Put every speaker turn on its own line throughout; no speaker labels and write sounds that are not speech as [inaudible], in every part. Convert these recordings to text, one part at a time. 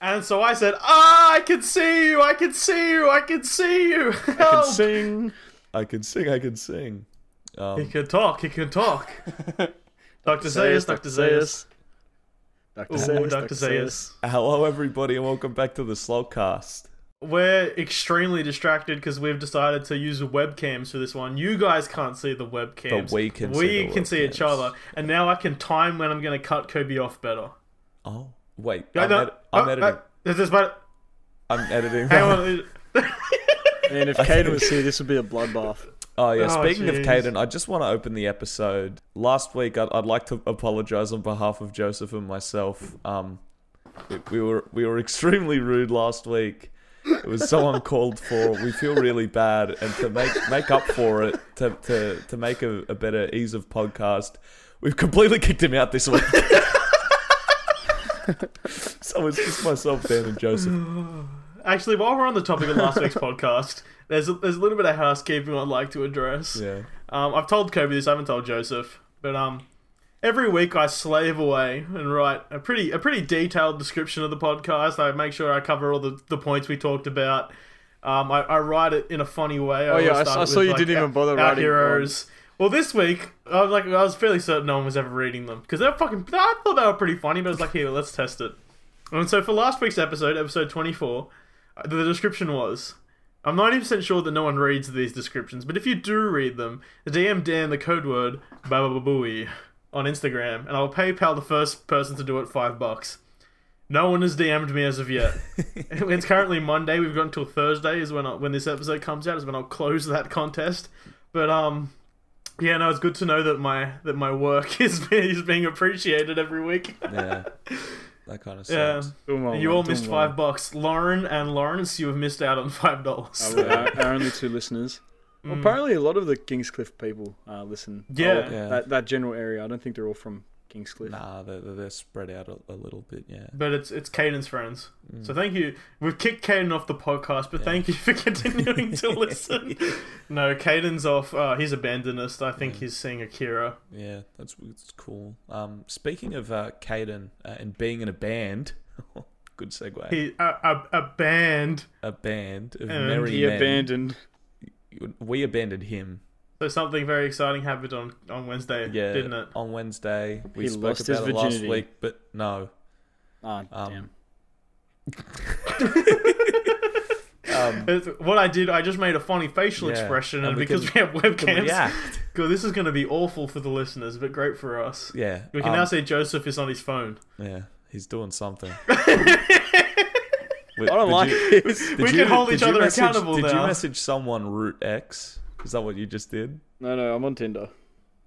And so I said, "Ah, I can see you! I can see you! I can see you!"
I can
Help!
sing. I can sing. I can sing.
He
Um,
can talk. He can [laughs] talk. Doctor Zeus. Doctor Zeus.
Dr.
Oh,
Zeus,
Doctor Zeus.
hello, everybody, and welcome back to the Slowcast.
We're extremely distracted because we've decided to use webcams for this one. You guys can't see the webcams.
But we can see
We
the
can see each
webcams.
other, and now I can time when I'm going to cut Kobe off better.
Oh, wait.
I
I'm,
know-
edi- I'm
oh,
editing.
oh, this is but
I'm editing.
hang on.
And if Caden was here, this would be a bloodbath.
Oh yeah.
Oh,
Speaking of
jeez.
Caden, I just want to open the episode. Last week, I'd, I'd like to apologize on behalf of Joseph and myself. Um, we, we were we were [laughs] extremely rude last week. It was so uncalled for. We feel really bad, and to make make up for it, to to to make a, a better ease of podcast, we've completely kicked him out this week. [laughs] so it's just myself, Dan, and Joseph.
Actually, while we're on the topic of last week's [laughs] podcast, there's a, there's a little bit of housekeeping I'd like to address.
Yeah.
Um, I've told Kobe this. I haven't told Joseph, but um, every week I slave away and write a pretty a pretty detailed description of the podcast. I make sure I cover all the, the points we talked about. Um, I, I write it in a funny way.
Oh,
always
yeah, I-
start
I saw you didn't even
our-
bother
our
writing
heroes. Well, this week I was like I was fairly certain no one was ever reading them because they're fucking. I thought they were pretty funny, but I was like, here, let's test it. And so for last week's episode, episode twenty four, the description was I'm 90% sure that no one reads these descriptions, but if you do read them, DM Dan the code word babababooey on Instagram, and I'll PayPal the first person to do it five bucks. No one has DM'd me as of yet. it's currently Monday. We've got until Thursday is when I, when this episode comes out is when I'll close that contest. But um, yeah, no, it's good to know that my that my work [laughs] is is being appreciated every week.
Yeah. That kind of
Yeah.
sucks.
Doing Oh, well,
You
man,
all
doing
missed
well.
five bucks. Lauren and Lawrence, you have missed out on five dollars.
Our, uh, our- our only
[laughs]
two listeners. Apparently, a lot of the Kingscliff people uh, listen.
Mm. Yeah.
Oh,
Yeah.
That, that general area. I don't think they're all from Kingscliff.
Nah, they're, they're they're spread out a, a little bit. Yeah.
But it's it's Caden's friends.
Mm.
So thank you. We've kicked Caden off the podcast, but thank you for continuing
[laughs]
to listen. no, Caden's off. Uh, he's abandoned us. I think he's seeing Akira.
Yeah, that's it's cool. Um, speaking of uh, Caden uh, and being in a band, [laughs] good segue.
He a, a, a band.
a band of
And
merry
He
men.
abandoned.
We abandoned him.
So something very exciting happened on on Wednesday,
Yeah,
didn't it?
on Wednesday we
He
spoke
lost his
about it last
virginity.
week, but no.
Ah,
Um,
damn.
[laughs]
Um,
It's- what I did, I just made a funny facial
Yeah,
expression,
and
and
we
because
can-
we have webcams,
yeah,
God, this is going to be awful for the listeners, but great for us.
yeah.
We can
um,
now see Joseph is on his phone.
Yeah, he's
[laughs]
doing something.
I don't like it.
We can hold each other accountable
Did you
now.
message someone root X? Is that what you just did?
No, no, I'm on Tinder.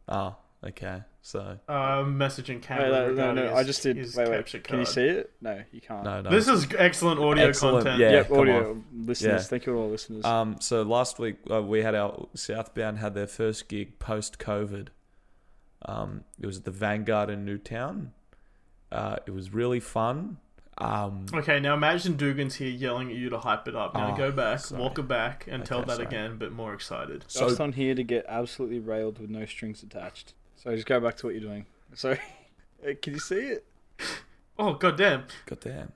Ah, okay. So
Uh, messaging
Wait,
Cameron.
no, no,
regarding
no,
his-
I just did.
his
Wait, wait.
capture
Can you
card.
see it? No, you can't.
no, no.
This is excellent audio
Excellent,
content.
yeah.
Yep,
come
audio listeners.
Yeah.
Thank you, to all our listeners.
Um, so last week uh, we had our Southbound had their first gig post COVID. Um, it was at the Vanguard in Newtown. Uh, it was really fun. Um,
Okay, now imagine Dugan's here yelling at you to hype it up. Now
Oh,
go back,
sorry.
walk it back, and tell
Okay,
that
sorry.
again, but more excited.
so
Just on here to get absolutely railed with no strings attached. So just go back to what you're doing. So, [laughs] uh, can you see it?
Oh goddamn,
goddamn,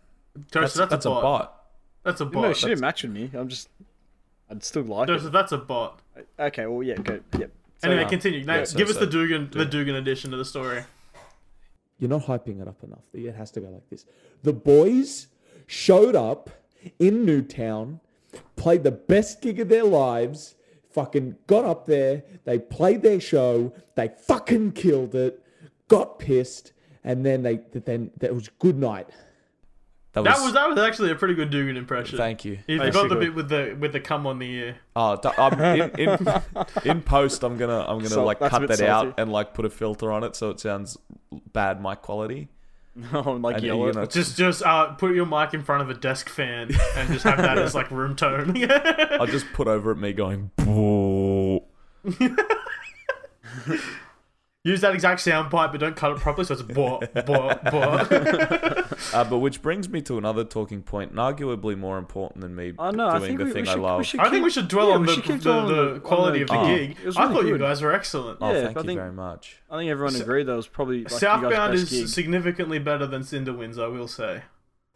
Joseph, that's, a, bot. That's a bot.
no, she didn't match with me. I'm just. I'd still like
Joseph, that's a bot.
it. Okay, well, yeah, go. Yep. So,
Anyway,
um,
continue. Now,
yeah, so-
give us
so-
the Dugan, the Dugan edition of the story.
You're not hyping it up enough. It has to go like this. The boys showed up in Newtown, played the best gig of their lives, fucking got up there, they played their show, they fucking killed it, got pissed, and then they then that was good night.
That was,
That was that was actually a pretty good Dugan impression.
thank you.
you forgot the
Basically.
bit with the with the cum on the ear.
Oh, d- I'm, in, in,
[laughs]
in post, I'm gonna I'm gonna
Salt-
like
that's a
cut
bit
that
salty.
out and like put a filter on it so it sounds bad mic quality.
no, [laughs] I'm like
And,
yellow.
you know,
Just just uh, put your mic in front of a desk fan and just have that as like room tone. [laughs]
I'll just put over it me going. "Boo."
Use that exact sound pipe, but don't cut it properly, so it's bo bo bo.
Uh, but which brings me to another talking point, and arguably more important than me
Oh, no,
doing
I think
the
we,
thing
we
I
should,
love.
We should
I
keep-
think we should dwell
yeah,
on
we
the,
should keep
the,
dwelling on
the quality of the
on
gig.
It was
I
really
thought you
good.
guys were excellent.
oh,
yeah,
thank
I
you
think-
very much.
I think everyone agreed that was probably like, you guys'
Southbound
best
is
gig.
significantly better than Cinder Winds, I will say.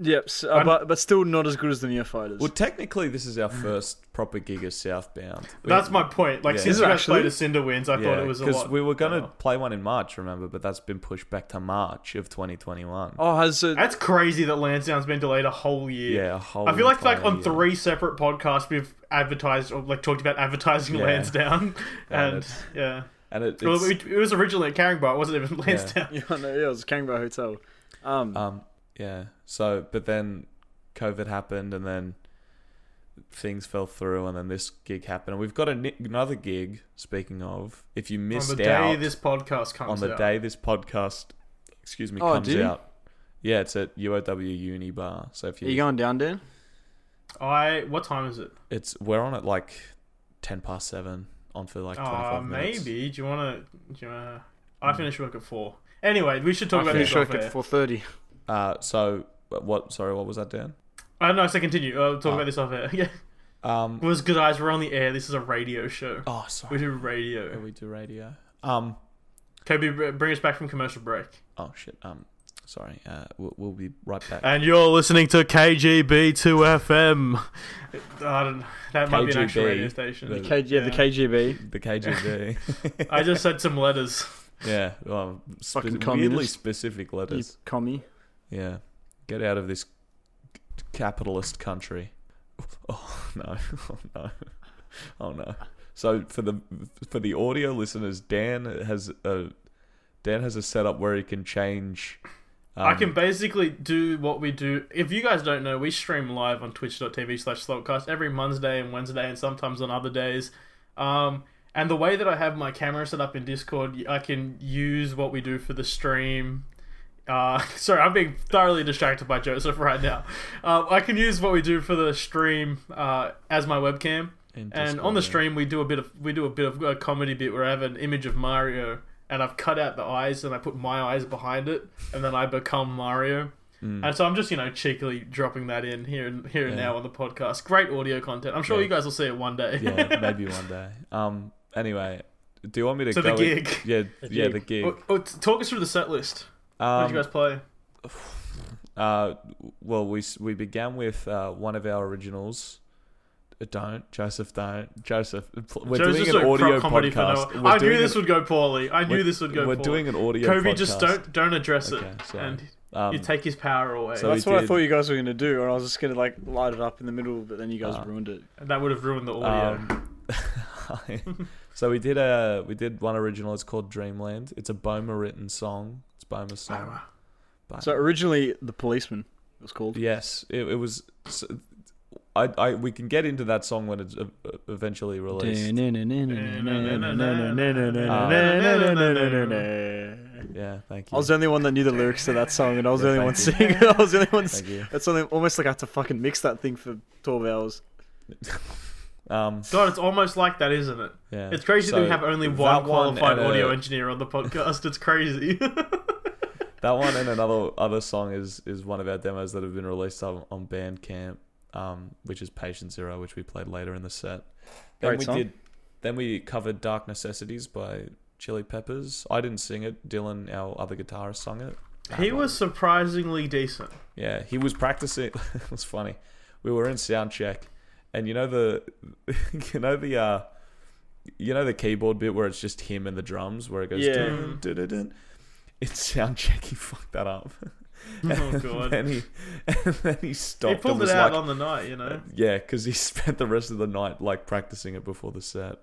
Yep, s- uh, but but still not as good as the Neophyters.
Well, technically, this is our first proper gig of Southbound. We-
That's my point. Like,
Yeah.
since
Is it
you guys
actually?
played a Cinder Winds, I thought it was a
because
lot.
we were going to
better.
play one in March, remember? But that's been pushed back to March of 2021.
oh, has it? [laughs]
That's crazy that Lansdowne's been delayed a whole year.
yeah, a whole
I feel like
entire
like on
year.
three separate podcasts we've advertised or like talked about advertising
Yeah.
Lansdowne,
[laughs] Yeah,
and
that's-
yeah,
and it,
well,
it's-
it, it was originally at Carringbar, it wasn't even Lansdowne.
Yeah, I know. Yeah, it was Kangaroo Hotel. Um,
Um, yeah. So, but then COVID happened, and then things fell through, and then this gig happened, and we've got a, ni- another gig. Speaking of, if
[laughs]
you
On
missed
the day
out
this podcast comes
on the
out.
day this podcast, excuse me,
Oh,
comes
do you?
out, yeah, it's at UOW Uni Bar. So if
are
you,
you going down, Dan?
I what time is it?
it's we're on at like ten past seven, on for like twenty
Uh,
five minutes.
maybe. Do you want to? Do you want to? I finish work at four. Anyway, we should talk about
Mm. I
this
finish
off
work
air.
at four thirty.
Uh, so what? Sorry, what was that, Dan?
I don't know. So continue. Uh, talk
Oh.
Ah.
about this off air. [laughs] Yeah.
Um,
Well, it's good eyes. We're on the air. This is a radio show.
oh,
Ah.
sorry.
We [laughs] do
Yeah,
radio.
we do radio. Um.
Kobe, br- bring us back from commercial break.
Oh shit. Um, sorry. Uh, we'll, we'll be right back.
And you're listening to KGB Two
[laughs]
FM. I don't. That might be an actual
KGB.
radio station.
The-
K- yeah, the KGB.
[laughs]
the KGB.
I just said some letters.
yeah. Well, spe-
Fucking
weirdly
communist.
specific
You
letters.
commie.
Yeah. Get out of this c- capitalist country. [laughs] Oh no. [laughs] Oh no. Oh no. So for the for the audio listeners, Dan has a Dan has a setup where he can change. Um,
I can basically do what we do. If you guys don't know, we stream live on twitch.tv slash slotcast every Monday and Wednesday and sometimes on other days. Um, and the way that I have my camera set up in Discord, I can use what we do for the stream. Uh, [laughs] sorry, I'm being thoroughly distracted by Joseph right now. Um, I can use what we do for the stream uh, as my webcam.
in
And on the
Discord, yeah.
stream, we do a bit of we do a bit of a comedy bit where I have an image of Mario, and I've cut out the eyes, and I put my eyes behind it, and then I become Mario.
Mm.
And so I'm just you know cheekily dropping that in here and here and
Hmm. Yeah.
now on the podcast. Great audio content. I'm sure
Yeah.
you guys will see it one day.
yeah,
[laughs]
maybe one day. Um. Anyway, do you want me to
So the
go? in-
gig.
Yeah, yeah,
gig.
the gig.
Oh, oh, t- talk us through the set list. What
Um,
did you guys play?
uh, well, we s- we began with uh, one of our originals. Uh, Don't Joseph, don't Joseph. pl- We're
Joe's
doing
just
an
doing
audio
prop comedy for
podcast.
now.
We're
I knew
doing
this
an-
would go poorly. I knew
we're-
this would go
We're
poorly.
doing an audio.
Kobe,
podcast.
just don't don't address it,
Okay, sorry.
and
Um,
you take his power away.
so-
That's
we
what I
did-
thought you guys were gonna do, and I was just gonna like light it up in the middle, but then you guys
Ah.
ruined it.
and that would have ruined the audio.
um, [laughs] so we did a we did one original. It's called Dreamland. It's a Boma written song. It's Boma's song. Boma.
So originally, the policeman it was called.
Yes, it, it was. s I I we can get into that song when it's uh, uh, eventually released.
I
Yeah, thank you.
was the only one that knew the lyrics to that song, and I was the
Yeah,
only one
thank
singing. [laughs] I was the only one.
Thank you.
That's only almost like I had to fucking mix that thing for twelve hours.
Um,
God, it's almost like that, isn't it?
yeah.
It's crazy that we
So
have only
that
one
and
qualified
a-
audio engineer on the podcast. It's crazy. [laughs]
That one and another other song is is one of our demos that have been released on, on Bandcamp, um, which is Patient Zero, which we played later in the set. Then
Great
we
song.
did. Then we covered Dark Necessities by Chili Peppers. I didn't sing it. Dylan, our other guitarist, sung it. Um,
he was surprisingly decent.
Yeah, he was practicing. [laughs] it was funny. We were in sound check, and you know the, [laughs] you know the, uh, you know the keyboard bit where it's just him and the drums where it goes.
Yeah.
Dun, dun, dun, dun. In sound check, he [laughs] fucked that up.
Oh
[laughs] and
god,
then he, and then he
he
stopped. and
pulled it
was
out
like,
on the night. You know,
yeah, because he [laughs] spent the rest of the night like practicing it before the set.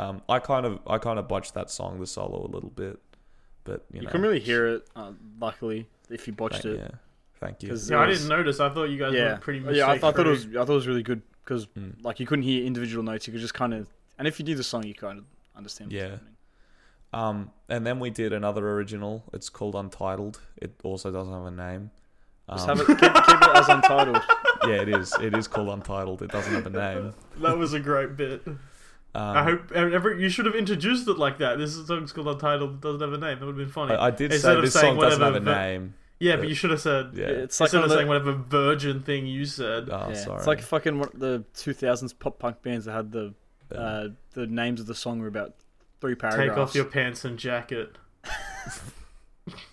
Um, I kind of, I kind of botched that song, the solo, a little bit, but you,
You
know,
couldn't really hear it, uh, luckily, if you
thank,
watched it.
yeah, thank you.
'Cause
yeah, I
was-
didn't notice. I thought you guys
yeah,
were pretty much.
yeah. I, th- I thought it
free.
was. I thought it was really good because
Mm.
like you couldn't hear individual notes. You could just kind of, and if you knew the song, you kind of understand.
Yeah.
What's happening.
Um, and then we did another original. It's called Untitled. It also doesn't have a name. Um,
Just have it. Keep, keep it as untitled.
yeah, it is. It is called Untitled. It doesn't have a name.
That was a great bit.
Um,
[laughs] I hope every you should have introduced it like that. This song's called Untitled. It doesn't have a name. That would have been funny.
Um, I, I did
Instead
say
of
this
saying
song doesn't have
whatever
a
the-
name.
yeah, but you should have said
[laughs] Yeah.
It's like
instead
one
of
of
saying
the-
whatever virgin thing you said.
oh,
yeah,
sorry.
It's like fucking one of the 2000s pop punk bands that had the
Yeah.
uh, the names of the song were about three
Take
paragraphs.
off your pants and jacket.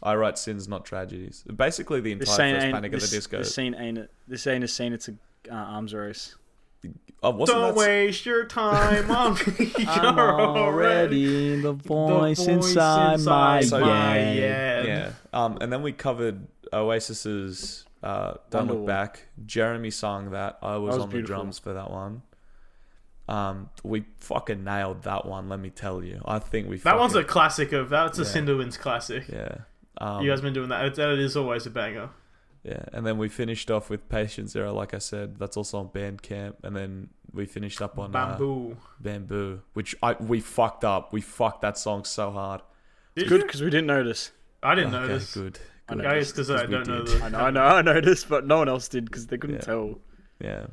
I write sins, not tragedies. Basically, the
This
entire
scene
first
ain't
Panic at the
this,
Disco.
this scene ain't a, this ain't a scene. It's a uh, arms race.
Oh, wasn't
Don't
that s-
waste your time on me.
[laughs]
[laughs]
[laughs]
I'm
You're
already the voice,
voice
inside, my,
inside my
head.
head.
Yeah. Um, and then we covered Oasis's uh, "Don't
Wonderwall.
Look Back." Jeremy sang that. I was,
was
on
beautiful.
the drums for that one. Um, we fucking nailed that one. Let me tell you. I think we.
That
fucking,
one's a [laughs] classic of that's a
Yeah.
Cinderwinds classic.
yeah. Um,
you guys been doing that. It's, that is always a banger.
yeah. And then we finished off with "Patient Zero." Like I said, that's also on Bandcamp. And then we finished up on uh,
Bamboo.
Bamboo, which I we fucked up. We fucked that song so hard.
Did
Good
you?
because we didn't notice.
I didn't
okay,
notice.
Good.
I
good.
know.
Guys, because I
Because we
don't know
did.
the.
I know, I know, I noticed, but no one else did because they couldn't
Yeah.
tell.
Yeah.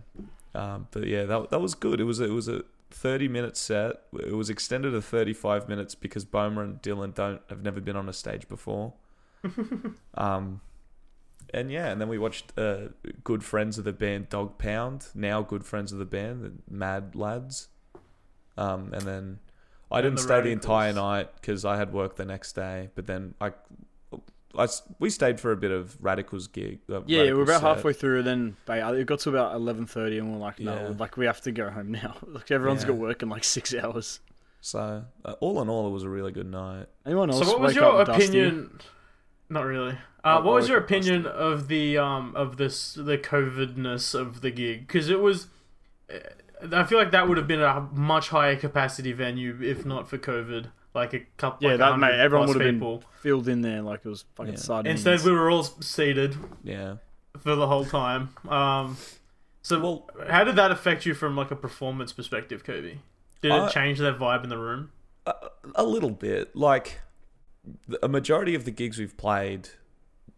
Um, but yeah, that that was good. It was a, it was a 30 minute set. It was extended to 35 minutes because Bomer and Dylan don't have never been on a stage before.
[laughs]
um, and yeah, and then we watched uh, good friends of the band Dog Pound, now good friends of the band, the Mad Lads. Um, and then I
And
didn't
the
stay the
Radicals.
entire night because I had work the next day. But then I, I s- we stayed for a bit of Radicals gig. uh,
Yeah, we
Radicals
were about
set.
halfway through, then they, uh, it got to about eleven thirty, and we are like, no,
Yeah.
like we have to go home now. [laughs] Like everyone's
Yeah.
got work in like six hours.
So, uh, all in all, it was a really good night.
Anyone else?
So what was
wake
your
up dusty?
opinion? Not really. Uh,
Wake-
what was
wake
your
up dusty.
opinion of the um of this the covidness of the gig? Because it was, eh, I feel like that would have been a much higher capacity venue if not for COVID. Like a couple.
Yeah,
like
that
100
mate, everyone
plus
would have
people.
been filled in there like it was fucking
Yeah.
sardines.
Instead, we were all seated
Yeah.
for the whole time. Um, so
Well-
how did that affect you from like a performance perspective, Kobe? Did
I-
it change their vibe in the room?
A, a little bit. Like, the- a majority of the gigs we've played,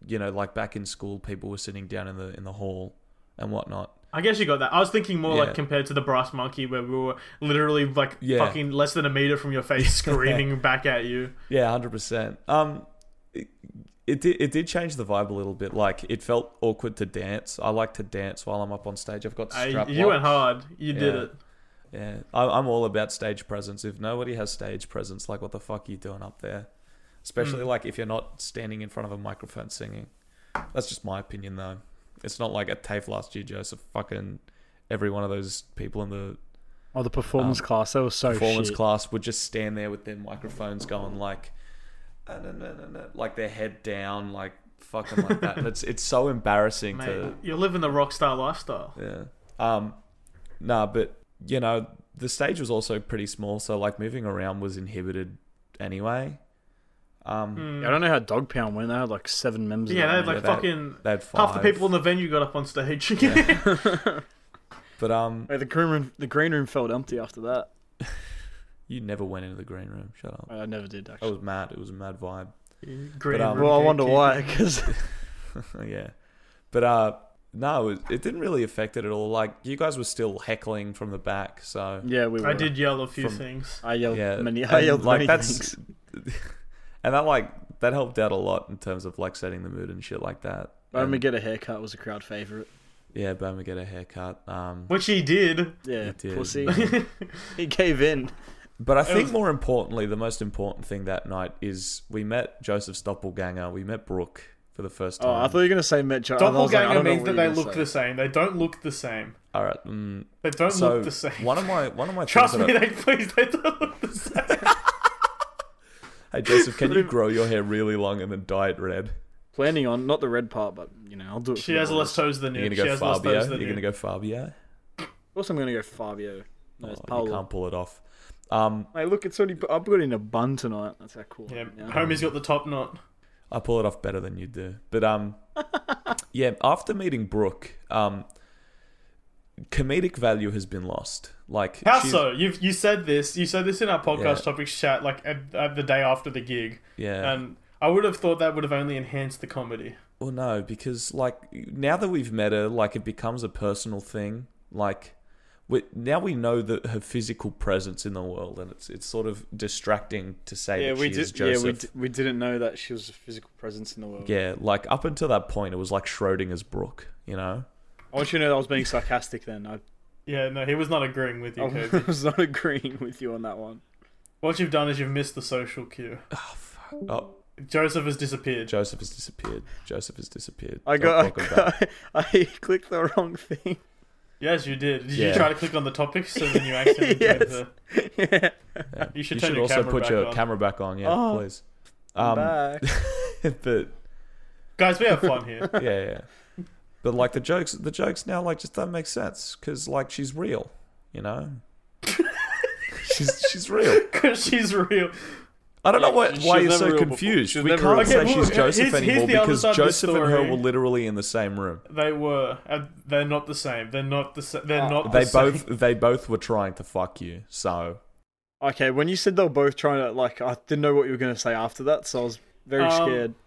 you know, like back in school, people were sitting down in the in the hall and whatnot.
I guess you got that. I was thinking more
Yeah.
like compared to the Brass Monkey, where we were literally like
Yeah.
fucking less than a meter from your
[laughs]
face, screaming back at you.
Yeah, hundred percent. Um, it, it did it did change the vibe a little bit. Like, it felt awkward to dance. I like to dance while I'm up on stage. I've got
I,
strap.
you went hard. You did
Yeah.
it.
Yeah, I, I'm all about stage presence. If nobody has stage presence, like, what the fuck are you doing up there? Especially like if you're not standing in front of a microphone singing. That's just my opinion, though. It's not like at TAFE last year, Joseph. Fucking every one of those people in the
oh, the performance class that was so
Um, performance
Oh, shit.
class would just stand there with their microphones going like, "Ah, no, no, no, no," like their head down, like fucking like that. And it's it's so
[laughs]
embarrassing
Mate,
to
you're living the rock star lifestyle.
yeah. Um, nah, but you know the stage was also pretty small, so like moving around was inhibited anyway.
Hmm.
Um,
I don't know how Dog Pound went. They had like seven members.
Yeah,
of
Mm. they
that
had like
that-
fucking
they had five.
half the people in the venue got up on stage. [laughs]
But um,
Like the green room, the green room felt empty after that.
you never went into the green room. Shut up.
I never did actually.
It was mad. It was a mad vibe. [laughs]
Green
But, um,
room
uh, well, I wonder
gatekeeping.
why, because
yeah, but uh, no, it, was- it didn't really affect it at all. Like you guys were still heckling from the back, so
[laughs] yeah, we. Were.
I did yell a few
From-
things.
I yelled
yeah,
many. I
and,
yelled
like
many
that's,
things.
and that like that helped out a lot in terms of like setting the mood and shit like that.
When we
And-
get a haircut was a crowd favorite.
Yeah, Bama get a haircut. Um,
Which he did.
Yeah,
He did, [laughs]
pussy.
yeah.
he gave in.
but I think
was-
more importantly, the most important thing that night is we met Joseph Stoppelganger. We met Brooke for the first
Oh,
time.
I thought you were gonna say Metro.
Doppelganger means that they look the same. They don't look the same.
All right. Mm,
They don't
so
look the same.
one of my one of
[laughs]
my
Trust
things
me,
that
they please they don't look the same.
I, hey
[laughs]
Joseph, can you grow your hair really long and then dye it red?
Planning on not the red part, but you know I'll do it.
She
for
has
the
less
boys.
toes than you.
You're gonna
she
go
has less
Fabio.
toes than
You're
you.
gonna go Fabio.
Also, I'm gonna go Fabio. No, it's
Oh, you
Paolo.
can't pull it off. Um,
Hey, look, it's already. I've got in a bun tonight. That's how cool.
Yeah,
I am now.
Homie's got the top knot.
I pull it off better than you do. But [laughs] um, yeah. After meeting Brooke, um, comedic value has been lost. Like
How
she's-
so? You've you said this. You said this in our podcast
Yeah.
topics chat, like at, at the day after the gig,
Yeah.
and I would have thought that would have only enhanced the comedy.
Well, no, because like now that we've met her, like it becomes a personal thing. Like we, now we know that her physical presence in the world, and it's it's sort of distracting to say
Yeah,
that
we
she is
did. Yeah,
Joseph.
we, d- we didn't know that she was a physical presence in the world.
Yeah, like up until that point, it was like Schrodinger's Brooke, you know.
I want you to know that I was being sarcastic. Then I,
Yeah, no, he was not agreeing with you.
Oh.
I
[laughs]
Kobe.
[laughs] was not agreeing with you on that one.
what you've done is you've missed the social cue.
Ah, Oh,
Joseph has disappeared.
Joseph has disappeared. Joseph has disappeared.
I
Don't
got,
welcome
I, [laughs]
back.
got I clicked the wrong thing. [laughs]
yes, you did. Did you
Yeah.
try to click on the topics and
[laughs]
then you accidentally
Yes.
did the...
yeah.
Yeah.
You should turn your
also
camera
put
back
your
on.
camera back on, yeah,
Oh.
please.
I'm
Um,
back.
[laughs] but
Guys, we
[laughs]
have fun here. [laughs]
yeah, yeah. But like the jokes, the jokes now like just don't make sense because like she's real, you know.
[laughs]
she's she's real.
Because she's real.
I don't know why,
she-
why
she was never
you're so
real
confused.
before. She
We
was
can't
never
say
real. Okay,
she's
well,
Joseph
here's- here's
anymore
the other
because
side of the
Joseph and her
story.
were literally in the same room.
They were. and They're not the same. They're not the same. They're
Oh.
not the
They
same.
both they both were trying to fuck you. So
Okay, when you said they were both trying to, like, I didn't know what you were going to say after that, so I was very
Um,
scared.
[laughs]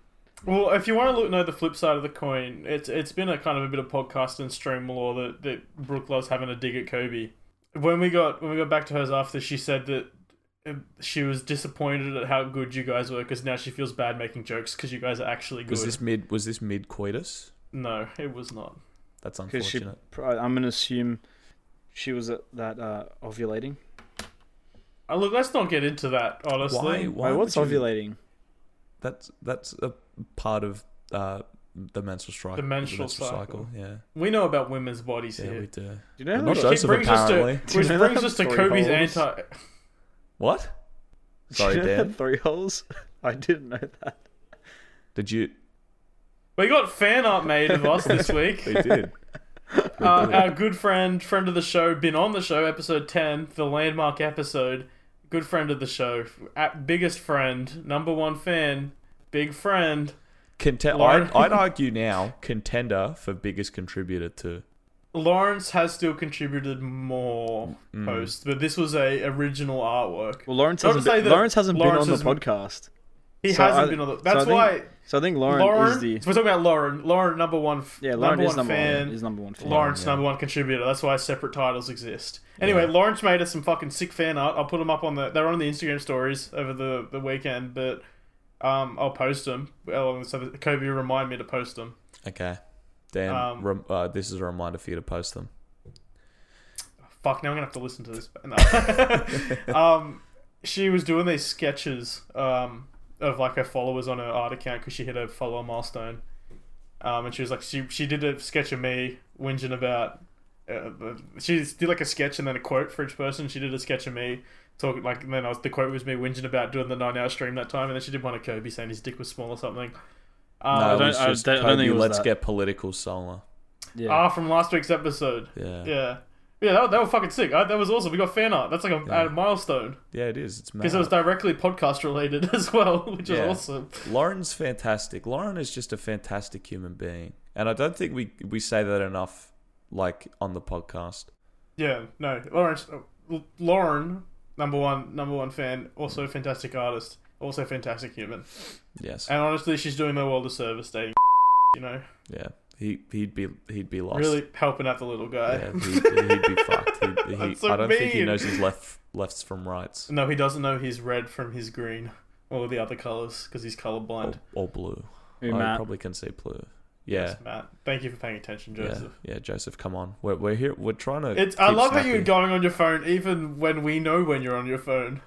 Well, if you want to look, know the flip side of the coin, it's it's been a kind of a bit of podcast and stream lore that that Brooke loves having a dig at Kobe. When we got when we got back to hers after, she said that uh, she was disappointed at how good you guys were because now she feels bad making jokes because you guys are actually good.
was this mid was this mid coitus?
No, it was not.
That's
Because she,
unfortunate.
pro- I'm going to assume she was at that uh, ovulating.
Uh, look, let's not get into that.
why?
Honestly,
Why
Wait, what's
would you-
ovulating?
That's that's a part of uh, the menstrual cycle.
The menstrual cycle.
Yeah,
we know about women's bodies
yeah,
here.
we do.
Do you know how
Not
much- [laughs]
Joseph,
Which brings us to
apparently.
which
Do you know
brings us to
three
Kobe's
holes?
anti.
What? Sorry,
Do you know
Dan.
Three holes? [laughs] I didn't know that. [laughs]
Did you?
We got fan art made of us this
[laughs]
week.
They did.
uh, our good friend, friend of the show, been on the show, episode 10, the landmark episode. Good friend of the show, at biggest friend, number one fan, big friend,
Conte-
Lauren-
I'd, I'd argue now contender for biggest contributor to.
Lawrence has still contributed more
Mm.
posts, but this was a original artwork.
Well, Lawrence
Not to
hasn't,
say
been,
that
Lawrence hasn't
Lawrence
been on
is-
the podcast.
He
So
hasn't
I-
been on the.
so
That's
I think-
why
So I think Lauren,
Lauren.
is the
We're talking about Lauren. Lauren, number one. f-
yeah. Lauren
number
is
one
number
fan.
one. Is number one fan.
Lawrence,
yeah.
number one contributor. That's why separate titles exist. Anyway,
Yeah.
Lawrence made us some fucking sick fan art. I'll put them up on the. They're on the Instagram stories over the, the weekend, but um, I'll post them. Well, So that Kobe will remind me to post them.
Okay, Dan.
Um,
rem- uh, this is a reminder for you to post them.
Fuck, now I'm gonna have to listen to this. No. [laughs] um, she was doing these sketches um, of like her followers on her art account because she hit a follower milestone. Um, and she was like, she she did a sketch of me whinging about. Uh, she did like a sketch and then a quote for each person. She did a sketch of me talking like, and then I was, the quote was me whinging about doing the nine hour stream that time, and then she did one of Kobe saying his dick was small or something. Um,
no,
don't-
it was
Oh, I
just
don't- I don't think it was
Kobe, let's
that.
get political solar.
Yeah.
Ah, from last week's episode.
Yeah. yeah,
Yeah. Yeah, that, that was fucking sick. Uh, that was awesome. We got fan art. That's like a,
Yeah.
a milestone.
It is. It's mad.
Because it was directly podcast related [laughs] as well, which
Yeah.
is awesome.
[laughs]
Lauren's fantastic. Lauren is just a fantastic human being, and I don't think we we say that enough, like on the podcast.
Yeah, no, Lawrence, uh, Lauren, number one, number one fan, also a fantastic artist, also fantastic human,
Yes.
Uh,
and honestly, she's doing the world a service, dating, you know,
Yeah. He he'd be he'd be lost.
really helping out the little guy.
Yeah, he'd, he'd be
[laughs]
fucked. He'd, he,
That's so
I don't think he
mean.
knows his left lefts from
[laughs]
rights
No, he doesn't know his red from his green or the other colors because he's
or,
colorblind.
or blue.
Who,
I
Matt?
probably can see blue. Oh, Yeah.
Yes, Matt, thank you for paying attention,
Yeah,
Joseph.
yeah, Joseph, come on. We're, we're here. We're trying to.
It's I
keep
love how
snappy.
you're going on your phone even when we know when you're on your phone.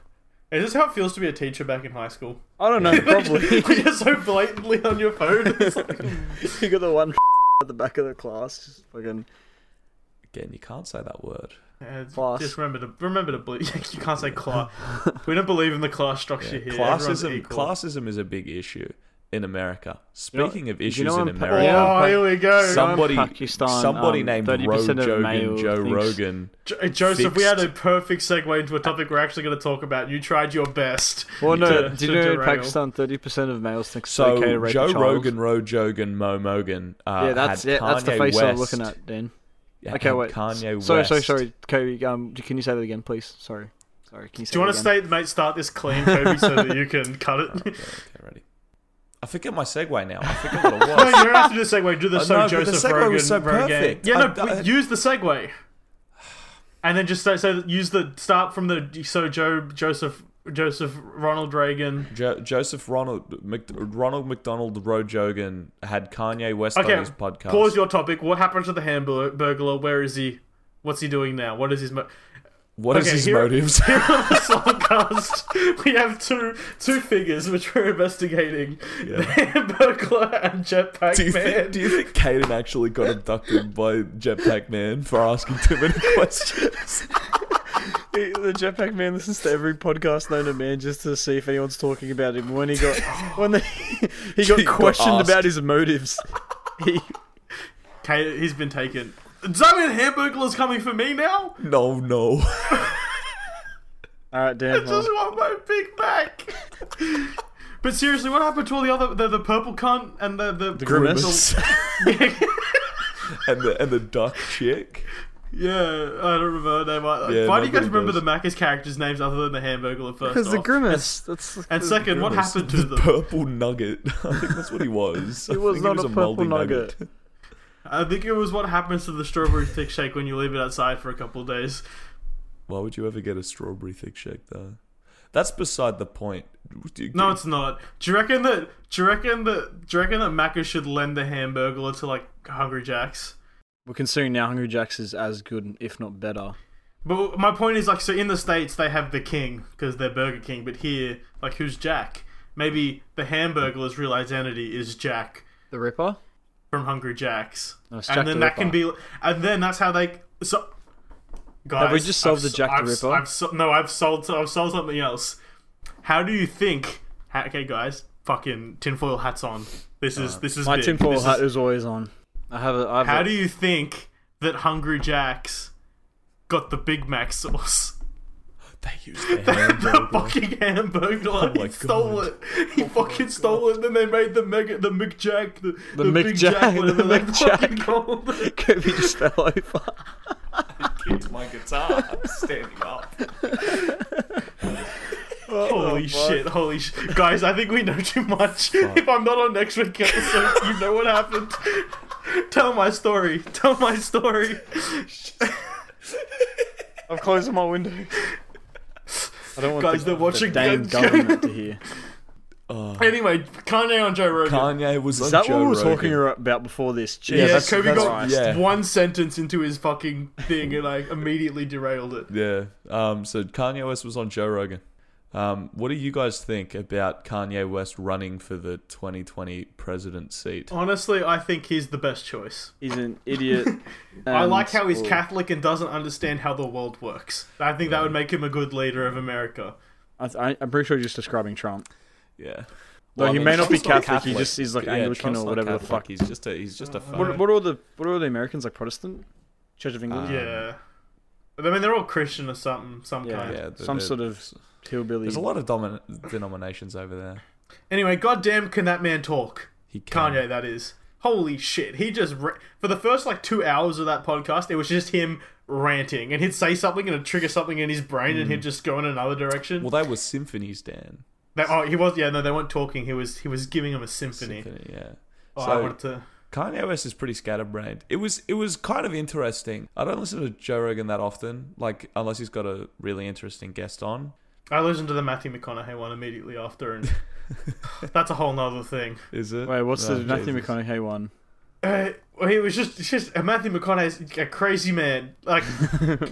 Is this how it feels to be a teacher back in high school? [laughs]
I don't know. Probably.
When you're so blatantly on your phone. It's
[laughs]
like,
you got the one [laughs] at the back of the class, just fucking.
Again, you can't say that word.
Yeah,
Class.
Just remember to remember to ble- [laughs] you can't say class. we don't believe in the class structure here. Everyone's
Classism.
equal.
Classism is a big issue in America.
know-
Speaking of
you
issues
know
in
I'm pa-
Oh,
America,
Yeah.
here we go.
Some-
somebody
Pakistan,
somebody
um,
named
30% of
Rogan
male
Joe
thinks-
Rogan.
Jo- uh, Joseph, we had a perfect segue into a topic we're actually going to talk about. You tried your best.
Well, no.
to-
Do you
to
know in
derail.
Pakistan, thirty percent of males think it's
So
okay to rape a
Joe
child?
Rogan, Rojogan, Mo Mogan. Uh,
Yeah, that's
had
it. That's the
Kanye
face
West,
I'm looking at, Dan. Okay,
had
wait.
Kanye
sorry,
West.
sorry, sorry, Kobe. Um, can you say that again, please? Sorry, sorry. Can you say
Do you want
that
to
again?
stay, mate? Start this clean, Kobe, so that you can cut
[laughs]
it.
Okay, ready. I forget my segue now. I forget what it
[laughs]
no, you
was.
don't have to do the segue.
[laughs]
Do the
I
so
know, Oh, but the
Joseph
segue
Rogan.
was so
Rogan.
perfect.
Yeah, no,
I- I-
but use the segue, and then just say, say that- use the start from the so Joe Joseph Joseph Ronald Reagan.
Jo- Joseph Ronald Mc- Ronald McDonald Rojogan had Kanye West
Okay,
on his podcast.
Pause your topic. What happened to the hamburger? Where is he? What's he doing now? What is his? Mo- [laughs]
What is
Okay,
his
here-
motives? [laughs]
Here on the Songcast, we have two two figures which we're investigating: the burglar and Jetpack
do you
Man.
think do you think Caden actually got abducted by Jetpack Man for asking too
[laughs]
many questions?
The the jetpack man listens to every podcast known to man just to see if anyone's talking about him. When he [laughs] got when the, he got
He got
questioned
asked.
about his motives, he
Kay, he's been taken. Does that mean Hamburglar's coming for me now?
No,
all
no.
right, Dan.
I just
Well,
want my Big Mac. but seriously, what happened to all the other the, the purple cunt and the the, the
Grimace. and the and the duck chick.
[laughs] yeah, I don't remember their name. I-
Yeah,
Why do you guys
nobody
remember the
does.
Macca's characters' names other than the Hamburglar first?
because the
off?
grimace. That's
And
the-
second, what
Grimace.
happened to
the
them?
purple nugget? [laughs] I think that's what he was. I
It was
think
not a purple
moldy
nugget.
I think it was what happens to the strawberry thick shake when you leave it outside for a couple of days.
Why would you ever get a strawberry thick shake though? That's beside the point. Do you-
No, it's not. Do you reckon that? Do you reckon that? Do you reckon that Macca should lend the Hamburglar to like Hungry Jacks?
Well, considering now Hungry Jacks is as good, if not better.
But my point is like, so in the states they have the king because they're Burger King, but here, like, who's Jack? Maybe the Hamburglar's real identity is Jack
The Ripper.
from Hungry Jacks,
No, it's Jack
and then
the
that can
Ripper.
be, and then that's how they. So, guys,
we just solved
I've,
the Jack the
I've,
Ripper?
I've so- no, I've sold. I've sold something else. How do you think? ha- Okay, guys, fucking tinfoil hats on. This is this is
My
big.
tinfoil
This is-
hat is always on. I have a. I have
how
a,
do you think that Hungry Jacks got the Big Mac sauce?
[laughs] They
[laughs]
used the
the
hamburger.
fucking hamburger. Like,
Oh my
he stole
God.
it. He fucking stole it. Then they made the mega, the McJack, the,
The
Big
McJack, the
whatever they [laughs]
McJack.
fucking called it.
[laughs] Kobe just fell over.
Kicked my guitar. I'm [laughs] standing up.
[laughs]
Oh
Oh,
Holy shit! Holy sh- guys, I think we know too
[laughs]
much. If I'm not on next week's episode, you know what happened. [laughs] Tell my story. Tell my
[laughs]
story.
I'm closing my window. I don't want
Guys,
the,
they're watching
the Dane
Guns. [laughs]
government to hear.
Anyway, Kanye on Joe Rogan.
[laughs] Kanye was
Is
on
that
Joe
what we were
Rogan.
talking about before this? Jesus
yeah,
that's-
Kobe
that's
got
right.
Christ.
Yeah.
one sentence into his fucking thing and I immediately derailed it.
Yeah. Um. So Kanye West was on Joe Rogan. Um. What do you guys think about Kanye West running for the 2020 president seat?
Oh. Honestly, I think he's the best choice.
He's an
[laughs]
idiot.
I
and-
like how he's
well,
Catholic and doesn't understand how the world works. I think that would make him a good leader of America.
I, I, I'm pretty sure he's just describing Trump.
Yeah.
Though he may not be
Trump's
Catholic, He just is like
Yeah,
Anglican
Trump's
or
not
whatever the
Catholic,
fuck.
He's just a he's
Uh,
just a fuck.
What, what are all the what are all the Americans like? Protestant, Church of England,
Um,
yeah. I mean, they're all Christian or something, some
Yeah.
kind.
yeah, the-
some
the-
sort of hillbilly.
There's a lot of domin- denominations over there.
Anyway, goddamn, can that man talk?
He can.
Kanye, that is. Holy shit! He just ra- for the first like two hours of that podcast, it was just him ranting, and he'd say something and it'd trigger something in his brain, and he'd just go in another direction.
Well, they were symphonies, Dan.
They- oh, he was yeah, no, they weren't talking. He was he was giving him a symphony.
Symphony, yeah.
Oh, I
so
wanted to.
Kanye West is pretty scatterbrained. It was it was kind of interesting. I don't listen to Joe Rogan that often, like unless he's got a really interesting guest on.
I listened to the Matthew McConaughey one immediately after, and that's a whole nother thing.
Is it?
Wait, what's
Oh,
the Matthew
Jesus.
McConaughey one?
Uh, well, he was just it's just uh, Matthew McConaughey's a crazy man, like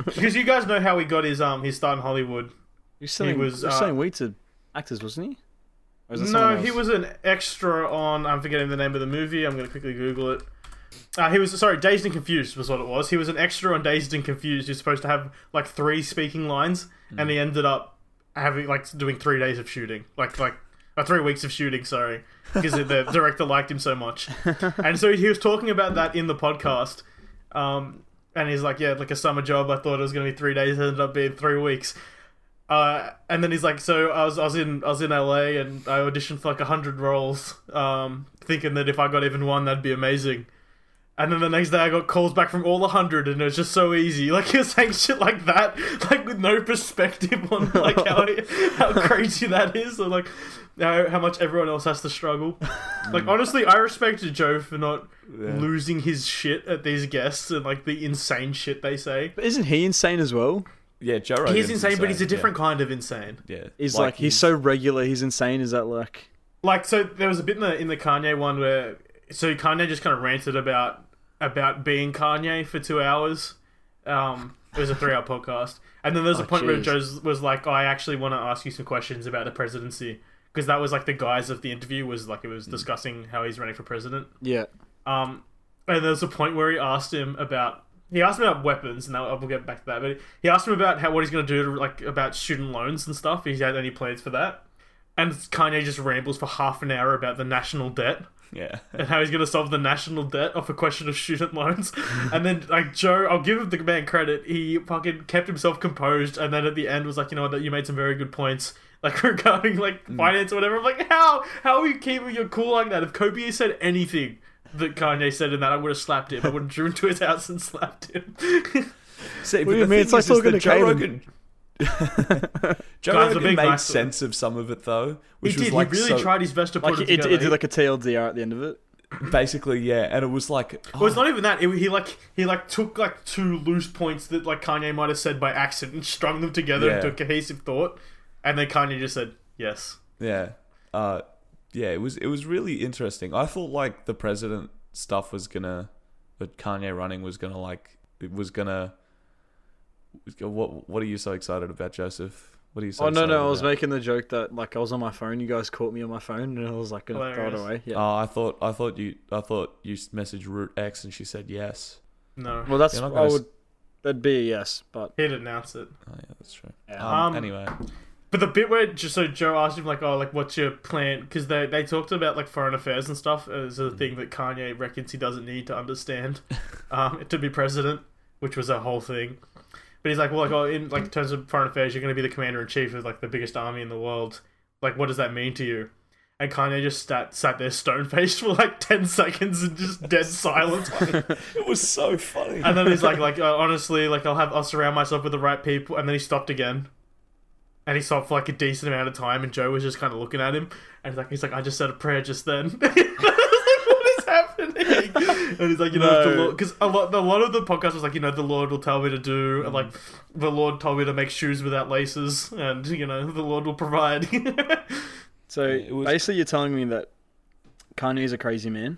because you guys know how he got his um his start in Hollywood.
He was selling, he
was,
was,
uh,
selling weed to actors, wasn't he? Or is that someone
No, he
else?
was an extra on. I'm forgetting the name of the movie. I'm going to quickly Google it. Uh, he was sorry, Dazed and Confused was what it was. He was an extra on Dazed and Confused. He was supposed to have like three speaking lines, and
Hmm.
he ended up having like doing three days of shooting, like like uh, three weeks of shooting. Sorry, because the-
[laughs]
the director liked him so much, and so he was talking about that in the podcast. Um, and he's like, yeah, like a summer job. I thought it was going to be three days. It ended up being three weeks. Uh, and then he's like, so I was, I was in I was in LA and I auditioned for like hundred roles, um, thinking that if I got even one, that'd be amazing. And then the next day, I got calls back from all hundred, and it was just so easy. [laughs] Like he was saying shit like that, like with no perspective on like [laughs] how how crazy that is, or like how, how much everyone else has to struggle. Like honestly, I respect Joe for not losing his shit at these guests and like the insane shit they say.
But isn't he insane as well?
Yeah, Joe Rogan.
He's insane, but he's a different kind of insane.
Yeah, yeah.
He's like, he's so regular. He's insane. Is that like?
like so there was a bit in the in the Kanye one where so Kanye just kind of ranted about about being Kanye for two hours, um, It was a three-hour [laughs] podcast, and then there's a
Oh,
point where
jeez.
Joe's was like, "Oh, "I actually want to ask you some questions about the presidency," because that was like the guise of the interview was like it was
Mm.
discussing how he's running for president.
Yeah.
Um, and there's a point where he asked him about he asked him about weapons, and I'll- we'll get back to that. But he asked him about how what he's going to do to like about student loans and stuff. If he's had any plans for that, and Kanye just rambles for half an hour about the national debt
[laughs]
Yeah.
and how he's going to solve the national debt off a question of student loans. and then, like, Joe, I'll give him the man credit. He fucking kept himself composed and then at the end was like, you know what, that you made some very good points, [laughs] like, regarding, like, finance or whatever. I'm like, how? How are you keeping your cool like that? If Kobe had said anything that Kanye said in that, I would have slapped him. I would have [laughs] driven to his house and slapped him. [laughs]
See,
do you mean? It's like talking to
Joe
Caden.
Rogan. Joe
God's a
Rogan
big
made
nice
sense of some of it though,
he
which
did.
was like
he really
so,
tried his best to put
Like
it
it,
together.
it did like a TLDR at the end of it.
basically yeah, and it was like oh,
Well, it's not even that. It, he like he like took like two loose points that like Kanye might have said by accident, and strung them together
Yeah.
into a cohesive thought, and then Kanye just said yes.
Yeah. Uh yeah, it was it was really interesting. I thought like the president stuff was gonna but Kanye running was gonna like it was gonna was go- what what are you so excited about, Joseph? What are you so
oh no
excited
no, I was
about?
making the joke that like I was on my phone. You guys caught me on my phone, and I was like gonna
Hilarious.
throw it away. Yeah.
Oh, I thought I thought you I thought you messaged Root X and she said yes.
No,
Oh, well, that's
you're not
I
gonna s-
would. That'd be a yes, but
he'd announce it.
Oh yeah, that's true.
Yeah.
Um,
Um,
anyway,
But the bit where just so Joe asked him like, "Oh, like what's your plan?" Because they they talked about like foreign affairs and stuff as a thing that Kanye reckons he doesn't need to understand um, to be president, which was a whole thing. But he's like, "Well, like oh, in like terms of foreign affairs, you're going to be the commander in chief of like the biggest army in the world. Like, what does that mean to you?" And Kanye just sat sat there stone faced [laughs] for like ten seconds and just dead silence.
it was so funny.
[laughs] And then he's like, like uh, honestly, like I'll have I'll surround myself with the right people. And then he stopped again, and he stopped for like a decent amount of time. And Joe was just kind of looking at him, and he's like, he's like, I just said a prayer just then. [laughs] I was like, what is happening? And he's like, you know,
No.
because a lot, a lot of the podcast was like, you know, the Lord will tell me to do, and like, the Lord told me to make shoes without laces, and you know, the Lord will provide. [laughs]
so
it was-
basically, you're telling me that Kanye's a crazy man.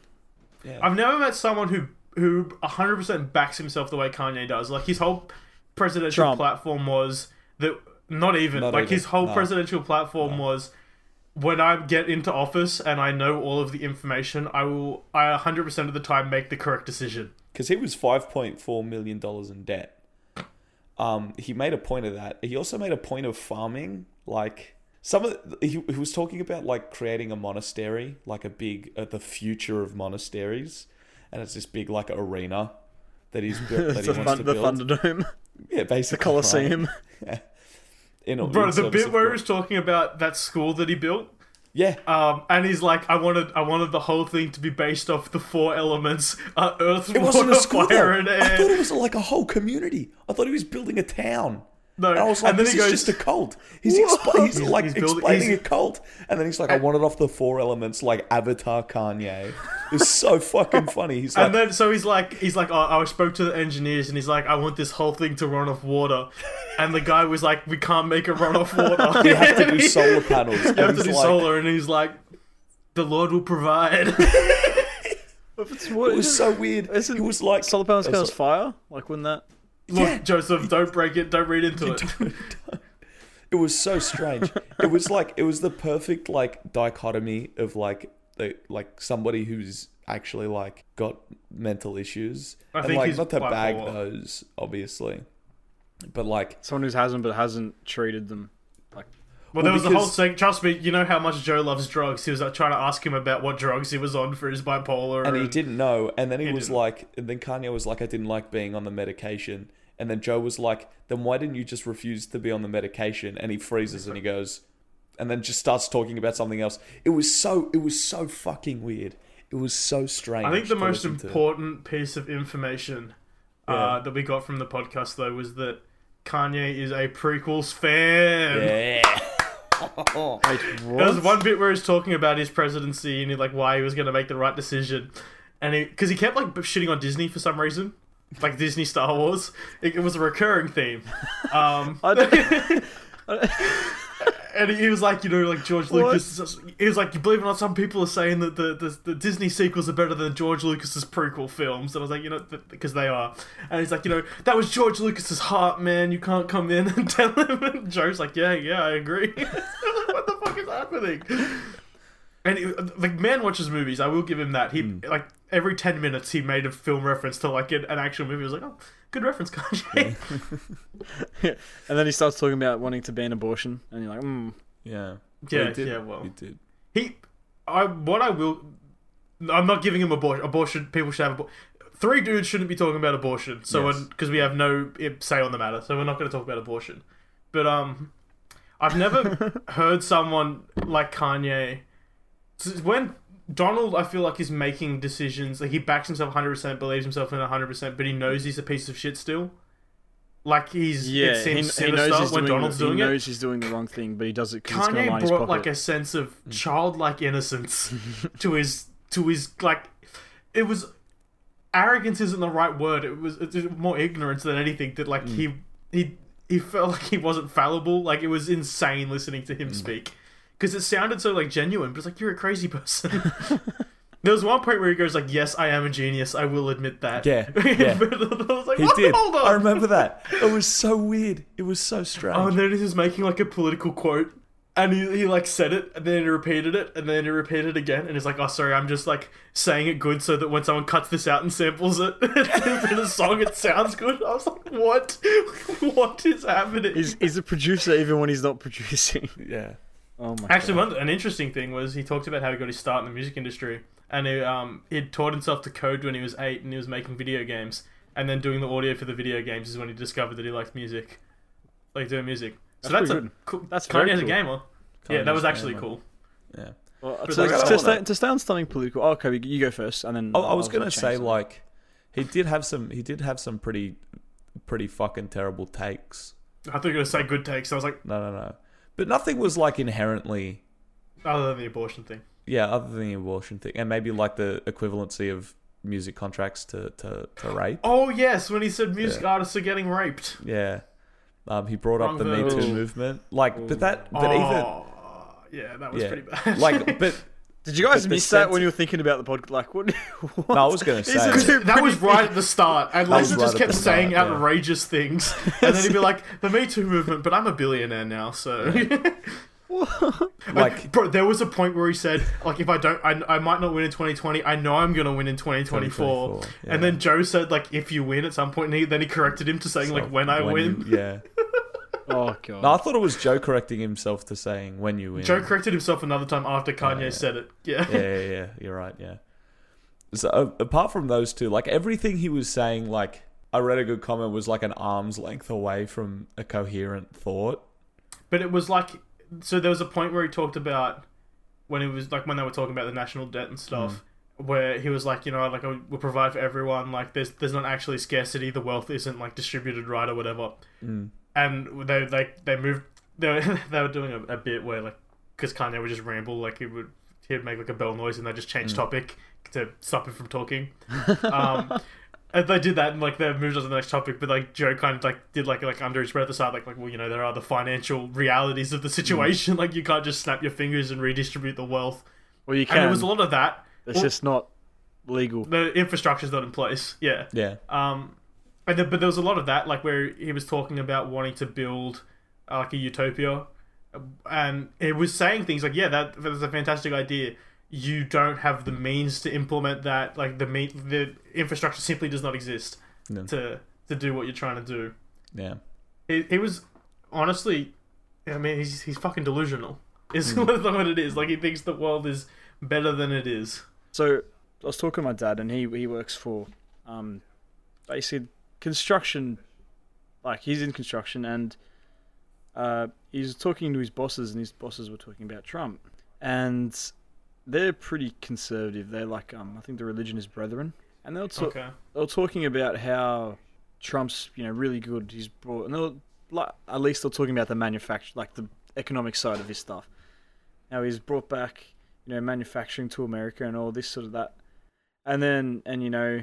I've never met someone who who 100% backs himself the way Kanye does. Like his whole presidential
Trump.
platform was that not even
Not
like
even,
his whole
no.
presidential platform was when I get into office and I know all of the information, I will I 100% of the time make the correct decision.
because he was five point four million dollars in debt. Um, he made a point of that. He also made a point of farming. Like some of the, he, he was talking about like creating a monastery, like a big uh, the future of monasteries, and it's this big like arena that he's
[laughs]
built, that he
[laughs] The,
wants to
thun- the
build.
Thunderdome, [laughs]
yeah, basically
the Colosseum.
Right? In, a-
Bro,
in
the
service
bit
of
where he
God.
was talking about that school that he built,
yeah,
um, and he's like, I wanted, I wanted the whole thing to be based off the four elements: uh, earth, [laughs]
it wasn't
water,
a school. though.
fire, and
I thought
air.
it was like a whole community. I thought he was building a town.
No,
And I was like,
and then
this
he goes,
is just a cult. He's, expl- he's,
He's-
like
he's building-
explaining
he's-
a cult. And then he's like, I want it off the four elements like Avatar Kanye.
[laughs]
It's so fucking funny. He's like,
And then so he's like he's like oh, I spoke to the engineers and he's like I want this whole thing to run off water, and the guy was like we can't make it run off
[laughs]
water.
we have to do solar panels.
[laughs] You have
And
to
he's
do
like,
solar, and he's like the Lord will provide.
[laughs]
[laughs]
It's what-
It was so weird.
Isn't
It was like
solar panels
Oh,
cause
so-
fire. Like wouldn't that?
Look,
Yeah.
Joseph, don't break it. Don't read into it.
It was so strange. it was like it was the perfect like dichotomy of like the like somebody who's actually like got mental issues.
I
and
think
like
he's
not to bag
bipolar.
those, obviously. But like
Someone who hasn't but hasn't treated them. Like
Well, there was a whole
because-
thing. Trust me, you know how much Joe loves drugs. He was like, trying to ask him about what drugs he was on for his bipolar,
and he didn't know and then he, was
didn't.
like and then kanye was like i didn't like being on the medication and then joe was like then why didn't you just refuse to be on the medication and he freezes and he goes and then just starts talking about something else it was so it was so fucking weird it was so strange
I think the
to
most
listen to.
important piece of information uh, that we got from the podcast, though, was that Kanye is a prequels fan.
yeah
wait,
There
what?
was one bit where he's talking about his presidency and he, like why he was going to make the right decision, and because he, kept like b- shitting on Disney for some reason, like Disney Star
[laughs]
Wars, it, it was a recurring theme. Um,
I don't-
and he was like, you know, like George Lucas. He was like, you believe it or not, some people are saying that the, the, the Disney sequels are better than George Lucas's prequel films. And I was like, you know, because they are. And he's like, you know, that was George Lucas's heart, man. You can't come in and [laughs] tell him. And Joe's like, yeah, yeah, I agree. [laughs] what the fuck is happening? And it, like, man watches movies. I will give him that. He like every ten minutes he made a film reference to like an, an actual movie. I was like, oh, good reference, [laughs] Kanye.
[laughs] and then he starts talking about wanting to ban abortion, and you're like, hmm.
Yeah. Oh,
Yeah,
he did.
yeah, well.
He did.
He, I what I will. I'm not giving him abortion. Abortion. People should have. Abor- Three dudes shouldn't be talking about abortion. So
Yes.
because we have no i- say on the matter, so we're not going to talk about abortion. But um, I've
[laughs]
never heard someone like Kanye. s- When Donald, I feel like is making decisions. Like he backs himself 100, percent believes himself in 100, percent but he knows he's a piece of shit still. Like he's
Yeah,
it seems
he, he
sinister
knows he's
when
doing,
Donald's
he
doing it.
knows he's doing the wrong thing, but he does it because it's going to
Kanye
line his
brought
pocket.
like a sense of childlike
[laughs]
innocence to his to his like it was arrogance isn't the right word. It was it's more ignorance than anything that
Mm.
like he he he felt like he wasn't fallible. Like it was insane listening to him
Mm.
speak because it sounded so like genuine. But it's like you're a crazy person.
[laughs]
There was one point where he goes like, "Yes, I am a genius. I will admit that." [laughs]
Yeah, yeah.
But I was like,
He
"What?
did.
[laughs] Hold on."
I remember that. It was so weird. It was so strange.
Oh, and then he was making like a political quote, and he, he like said it, and then he repeated it, and then he repeated it again, and he's like, "Oh, sorry, I'm just like saying it good so that when someone cuts this out and samples it [laughs] in a song, it sounds good." I was like, "What? [laughs] what is happening?"
He's, he's a producer even when he's not [laughs] producing.
yeah.
Oh my
Actually, one an interesting thing was he talked about how he got his start in the music industry, and he um he'd taught himself to code when he was eight, and he was making video games, and then doing the audio for the video games is when he discovered that he liked music, like doing music. So
That's
that's,
pretty
a
good.
cool.
That's very
Kanye's a
cool.
gamer. yeah, that
Kanye's
was
a
actually
gamer.
cool.
Yeah.
Well, to,
like, I
to
don't
stay,
wanna-
to stay on something political. Oh, okay, you go first, and then
I, I was
I'll
gonna
change
say
something.
like he did have some he did have some pretty pretty fucking terrible takes.
I thought you were gonna say good takes. I was like,
No no no. But nothing was like inherently
other than the abortion thing.
yeah, other than the abortion thing. And maybe like the equivalency of music contracts to, to, to rape.
Oh yes, when he said music
Yeah.
artists are getting raped.
Yeah. Um, he brought
Wrong
up the Me
verb.
Too
Ooh.
movement. Like but that but
oh, yeah, that was
Yeah.
pretty bad. [laughs]
even like but
Did you guys
But the
miss that
sense-
when you were thinking about the podcast? Like, what? [laughs] what?
no, I was gonna say
Isn't it
that was
pretty-
right
[laughs]
at the start, and Lisa
was
just
right at
kept
the
saying
start, yeah.
outrageous things, and then he'd be like, "The Me Too movement," but I'm a billionaire now, so. [laughs]
like
Bro, there was a point where he said, like, if I don't, I, I might not win in 2020. I know I'm gonna win in 2024.
2024,
And
yeah.
then Joe said, like, if you win at some point, and he, then he corrected him to saying, [laughs] like, when I win.
you- yeah.
Oh god.
No, I thought it was Joe correcting himself to saying when you win.
Joe corrected himself another time after Kanye said it. [laughs] Yeah.
yeah, yeah, yeah. You're right. Yeah. So a apart from those two, like everything he was saying, like I read a good comment was like an arm's length away from a coherent thought.
But it was like, so there was a point where he talked about when it was like when they were talking about the national debt and stuff, where he was like, you know, like I will provide for everyone. Like there's there's not actually scarcity. The wealth isn't like distributed right or whatever. And they like they moved. [laughs] They were, they were doing a, a bit where like because Kanye would just ramble like he would he'd make like a bell noise and they just change topic to stop him from talking. Um, And they did that, and like they moved on to the next topic. But like Joe kind of like did like like under his breath aside, like like well, you know, there are the financial realities of the situation. [laughs] Like you can't just snap your fingers and redistribute the wealth.
well, you
And there
can.
was a lot of that.
It's just not legal.
The infrastructure's not in place. Yeah.
Yeah.
Um, and then, but there was a lot of that, like where he was talking about wanting to build uh, like a utopia, and he was saying things like, "Yeah, that that's a fantastic idea. You don't have the means to implement that. Like the me- the infrastructure simply does not exist
No.
to to do what you're trying to do."
Yeah.
He, he was honestly, I mean, he's he's fucking delusional. Is [laughs] what it is. Like he thinks the world is better than it is.
So I was talking to my dad, and he he works for, um, basically construction, like he's in construction, and uh, he's talking to his bosses, and his bosses were talking about Trump, and they're pretty conservative. They're like, um, I think the religion is Brethren, and they'll talk.
Okay.
they were talking about how Trump's you know really good. He's brought and they were, like at least they're talking about the manufacture like the economic side of his stuff. How he's brought back you know manufacturing to America and all this sort of that, and then and you know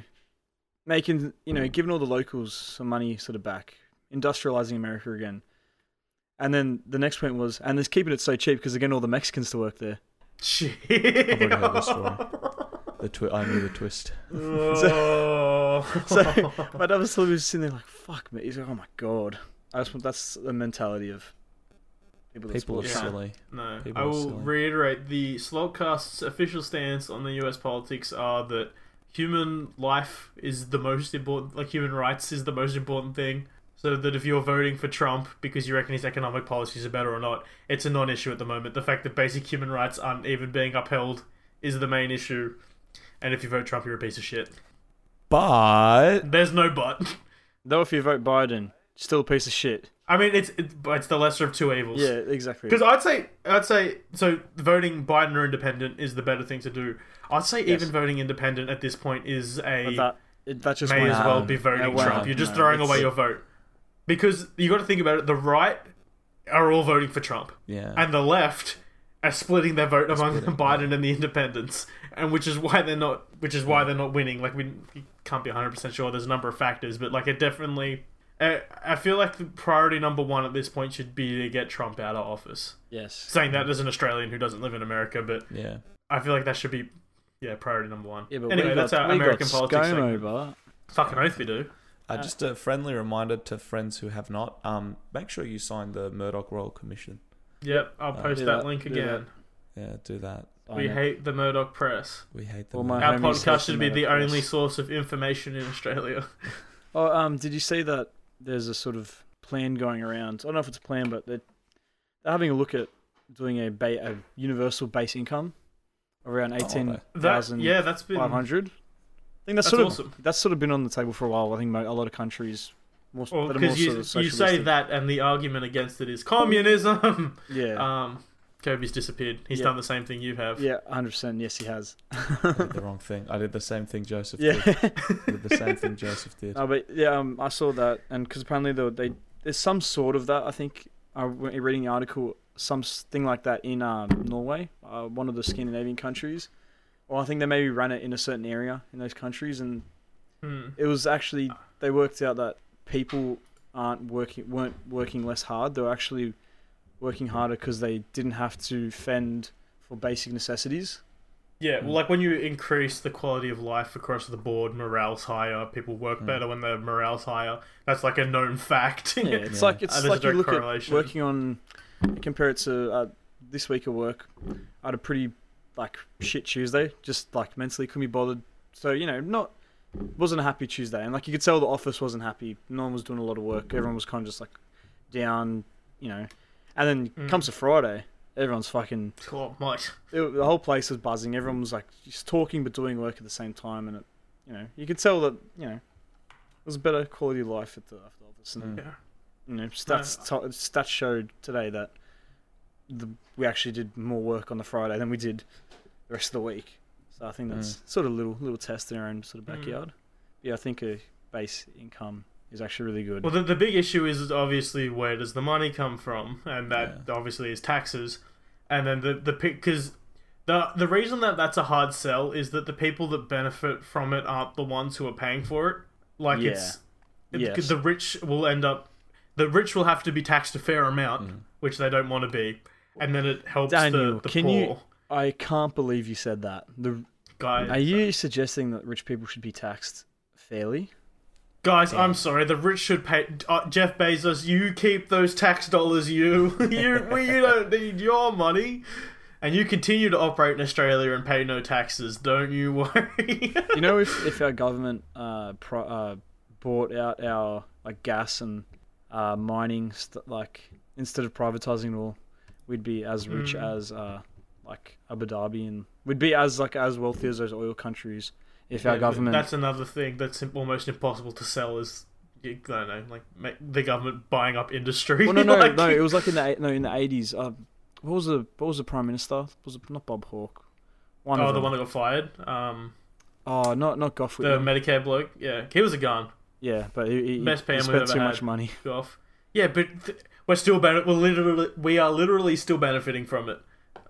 making you know giving all the locals some money sort of back, industrializing America again. And then the next point was, and they're keeping it so cheap because they're getting all the Mexicans to work there.
I've already heard
Shit.
this story.
[laughs]
The twi- I knew the twist.
Oh.
[laughs] So my dad was still was sitting there like, "Fuck me!" He's like, "Oh my god!" I just want that's the mentality of people. That
People are
support
Yeah.
silly.
No,
People
I
are
will
silly.
reiterate the Slotcast's official stance on the U.S. politics are that human life is the most important, like human rights is the most important thing. So that if you're voting for Trump because you reckon his economic policies are better or not, it's a non-issue at the moment. The fact that basic human rights aren't even being upheld is the main issue. And if you vote Trump, you're a piece of shit.
But
There's no but.
Though if you vote Biden, still a piece of shit.
I mean, it's it, it's the lesser of two evils.
Yeah, exactly.
Because I'd say I'd say so voting Biden or independent is the better thing to do. I'd say
Yes.
even voting independent at this point is a
But that it, that just
may
won't
as
Nah.
well
happen.
be voting
It won't
Trump.
happen,
You're just
no.
throwing
It's-
away your vote because you got to think about it. The right are all voting for Trump,
yeah,
and the left are splitting their vote among
splitting,
Biden and the independents, and which is why they're not which is why they're not winning. Like we we can't be 100 percent sure. There's a number of factors, but like it definitely. I I feel like the priority number one at this point should be to get Trump out of office
Yes.
saying that as an Australian who doesn't live in America, but
yeah.
I feel like that should be yeah priority number one.
Yeah, but
anyway,
we
that's
got,
our
we
American
got
politics.
ScoMo,
segment.
brother.
Fucking oath we do.
Uh, just a friendly reminder to friends who have not. Um, make sure you sign the Murdoch Royal Commission.
Yep, I'll post
Uh, do
that,
that,
link
do
again.
Yeah, do that.
We
I know.
hate the Murdoch press.
We hate the
Well, my-
Our
homies
Oh,
podcast
hate
should
the
be the
Murdoch
only
press.
source of information in Australia. [laughs]
Oh, um, did you see that? There's a sort of plan going around. I don't know if it's a plan, but they're, they're having a look at doing a, ba- a universal base income
Oh,
around eighteen
That
thousand
yeah, that's been
five hundred. I think that's,
that's
sort
awesome.
of that's sort of been on the table for a while. I think mo- a lot of countries, more,
Well,
that are more
because
sort
you,
of
you say
socialistic.
that and the argument against it is communism. [laughs]
yeah,
um, Kobe's disappeared. He's
Yeah.
done the same thing you have.
yeah, hundred percent. Yes, he has. [laughs]
I did the wrong thing. I did the same thing Joseph
Yeah.
did. I did the same thing Joseph
[laughs]
did.
No, but yeah, um, I saw that, and because apparently though they there's some sort of that. I think I went reading an article, some s- thing like that in um, Norway, uh, one of the Scandinavian countries. Well, I think they maybe ran it in a certain area in those countries, and
Hmm.
it was actually they worked out that people aren't working weren't working less hard. They were actually working harder because they didn't have to fend for basic necessities. Hmm.
Yeah, well, like when you increase the quality of life across the board, morale's higher. People work better when their morale's higher. That's like a known [laughs] fact.
Hmm. [laughs] Yeah, it's
Yeah.
like it's
Uh, there's a
like you
direct
look at
correlation.
working on compare it to uh, this week of work. I had a pretty like shit Tuesday, just like mentally couldn't be bothered. So you know, not wasn't a happy Tuesday, and like you could tell the office wasn't happy. No one was doing a lot of work. Everyone was kind of just like down, you know. And then
Mm.
comes to Friday, everyone's fucking.
Oh, mate.
It, the whole place was buzzing. Everyone was like just talking but doing work at the same time, and it, you know, you could tell that you know. It was a better quality of life at the, at the office, and
Mm.
Yeah.
you know, stats to- stats showed today that the, we actually did more work on the Friday than we did the rest of the week. So I think that's sort of a little little test in our own sort of
Mm.
backyard. Yeah, I think a base income is actually really good.
Well, the, the big issue is obviously where does the money come from, and that obviously is taxes. And then the the because the the reason that that's a hard sell is that the people that benefit from it aren't the ones who are paying for it. Like
Yeah.
it's
Yes.
the rich will end up the rich will have to be taxed a fair amount, which they don't want to be, and then it helps
Mm-hmm. Daniel,
the, the
can
poor
you- I can't believe you said that. The,
guys.
are you suggesting that rich people should be taxed fairly?
Guys, I'm sorry. The rich should pay. Uh, Jeff Bezos, you keep those tax dollars. You, [laughs] you, we, you don't need your money, and you continue to operate in Australia and pay no taxes. Don't you worry. [laughs]
You know, if if our government uh, pro, uh bought out our like gas and uh, mining st- like instead of privatizing it all, we'd be as rich
Mm.
as uh like Abu Dhabi and we'd be as like as wealthy as those oil countries if our government.
That's another thing that's im- almost impossible to sell. Is I don't know, like ma- the government buying up industry. [laughs]
well, no, no,
like-
no. It was like in the eight- no in the eighties. Uh, what was the what was the prime minister? Was it not Bob Hawke? One
Oh,
of
the
them.
one that got fired. Um,
Oh, not not Gough.
the Medicare bloke. Yeah, he was a gun.
yeah, but he, he,
Best
he
PM we've
spent
ever
too much
had.
money.
off. Yeah, but th- we're still ben- we're literally we are literally still benefiting from it.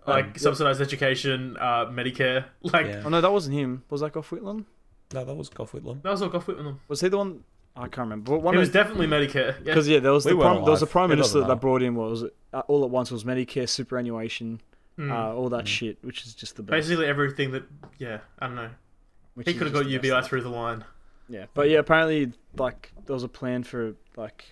Like
Um,
subsidized education, uh, Medicare. [laughs] Like
Yeah.
Oh no, that wasn't him. Was that Gough Whitlam?
No, that was Gough Whitlam.
that was all Gough Whitlam.
Was he the one? I I can't remember. But One
It
of
was definitely Medicare. Yeah.
Because yeah, there was
We
the
weren't
prime, there was the
alive.
prime
It
minister
doesn't
that
matter.
brought in what was it, uh, all at once was Medicare, superannuation, uh, all
Mm.
that shit, which is just the best.
Hmm. Mm. Basically everything that. Yeah, I don't know.
which
He
is
could have
just
got
the best
UBI
stuff.
through the line.
Yeah, but yeah, apparently like there was a plan for like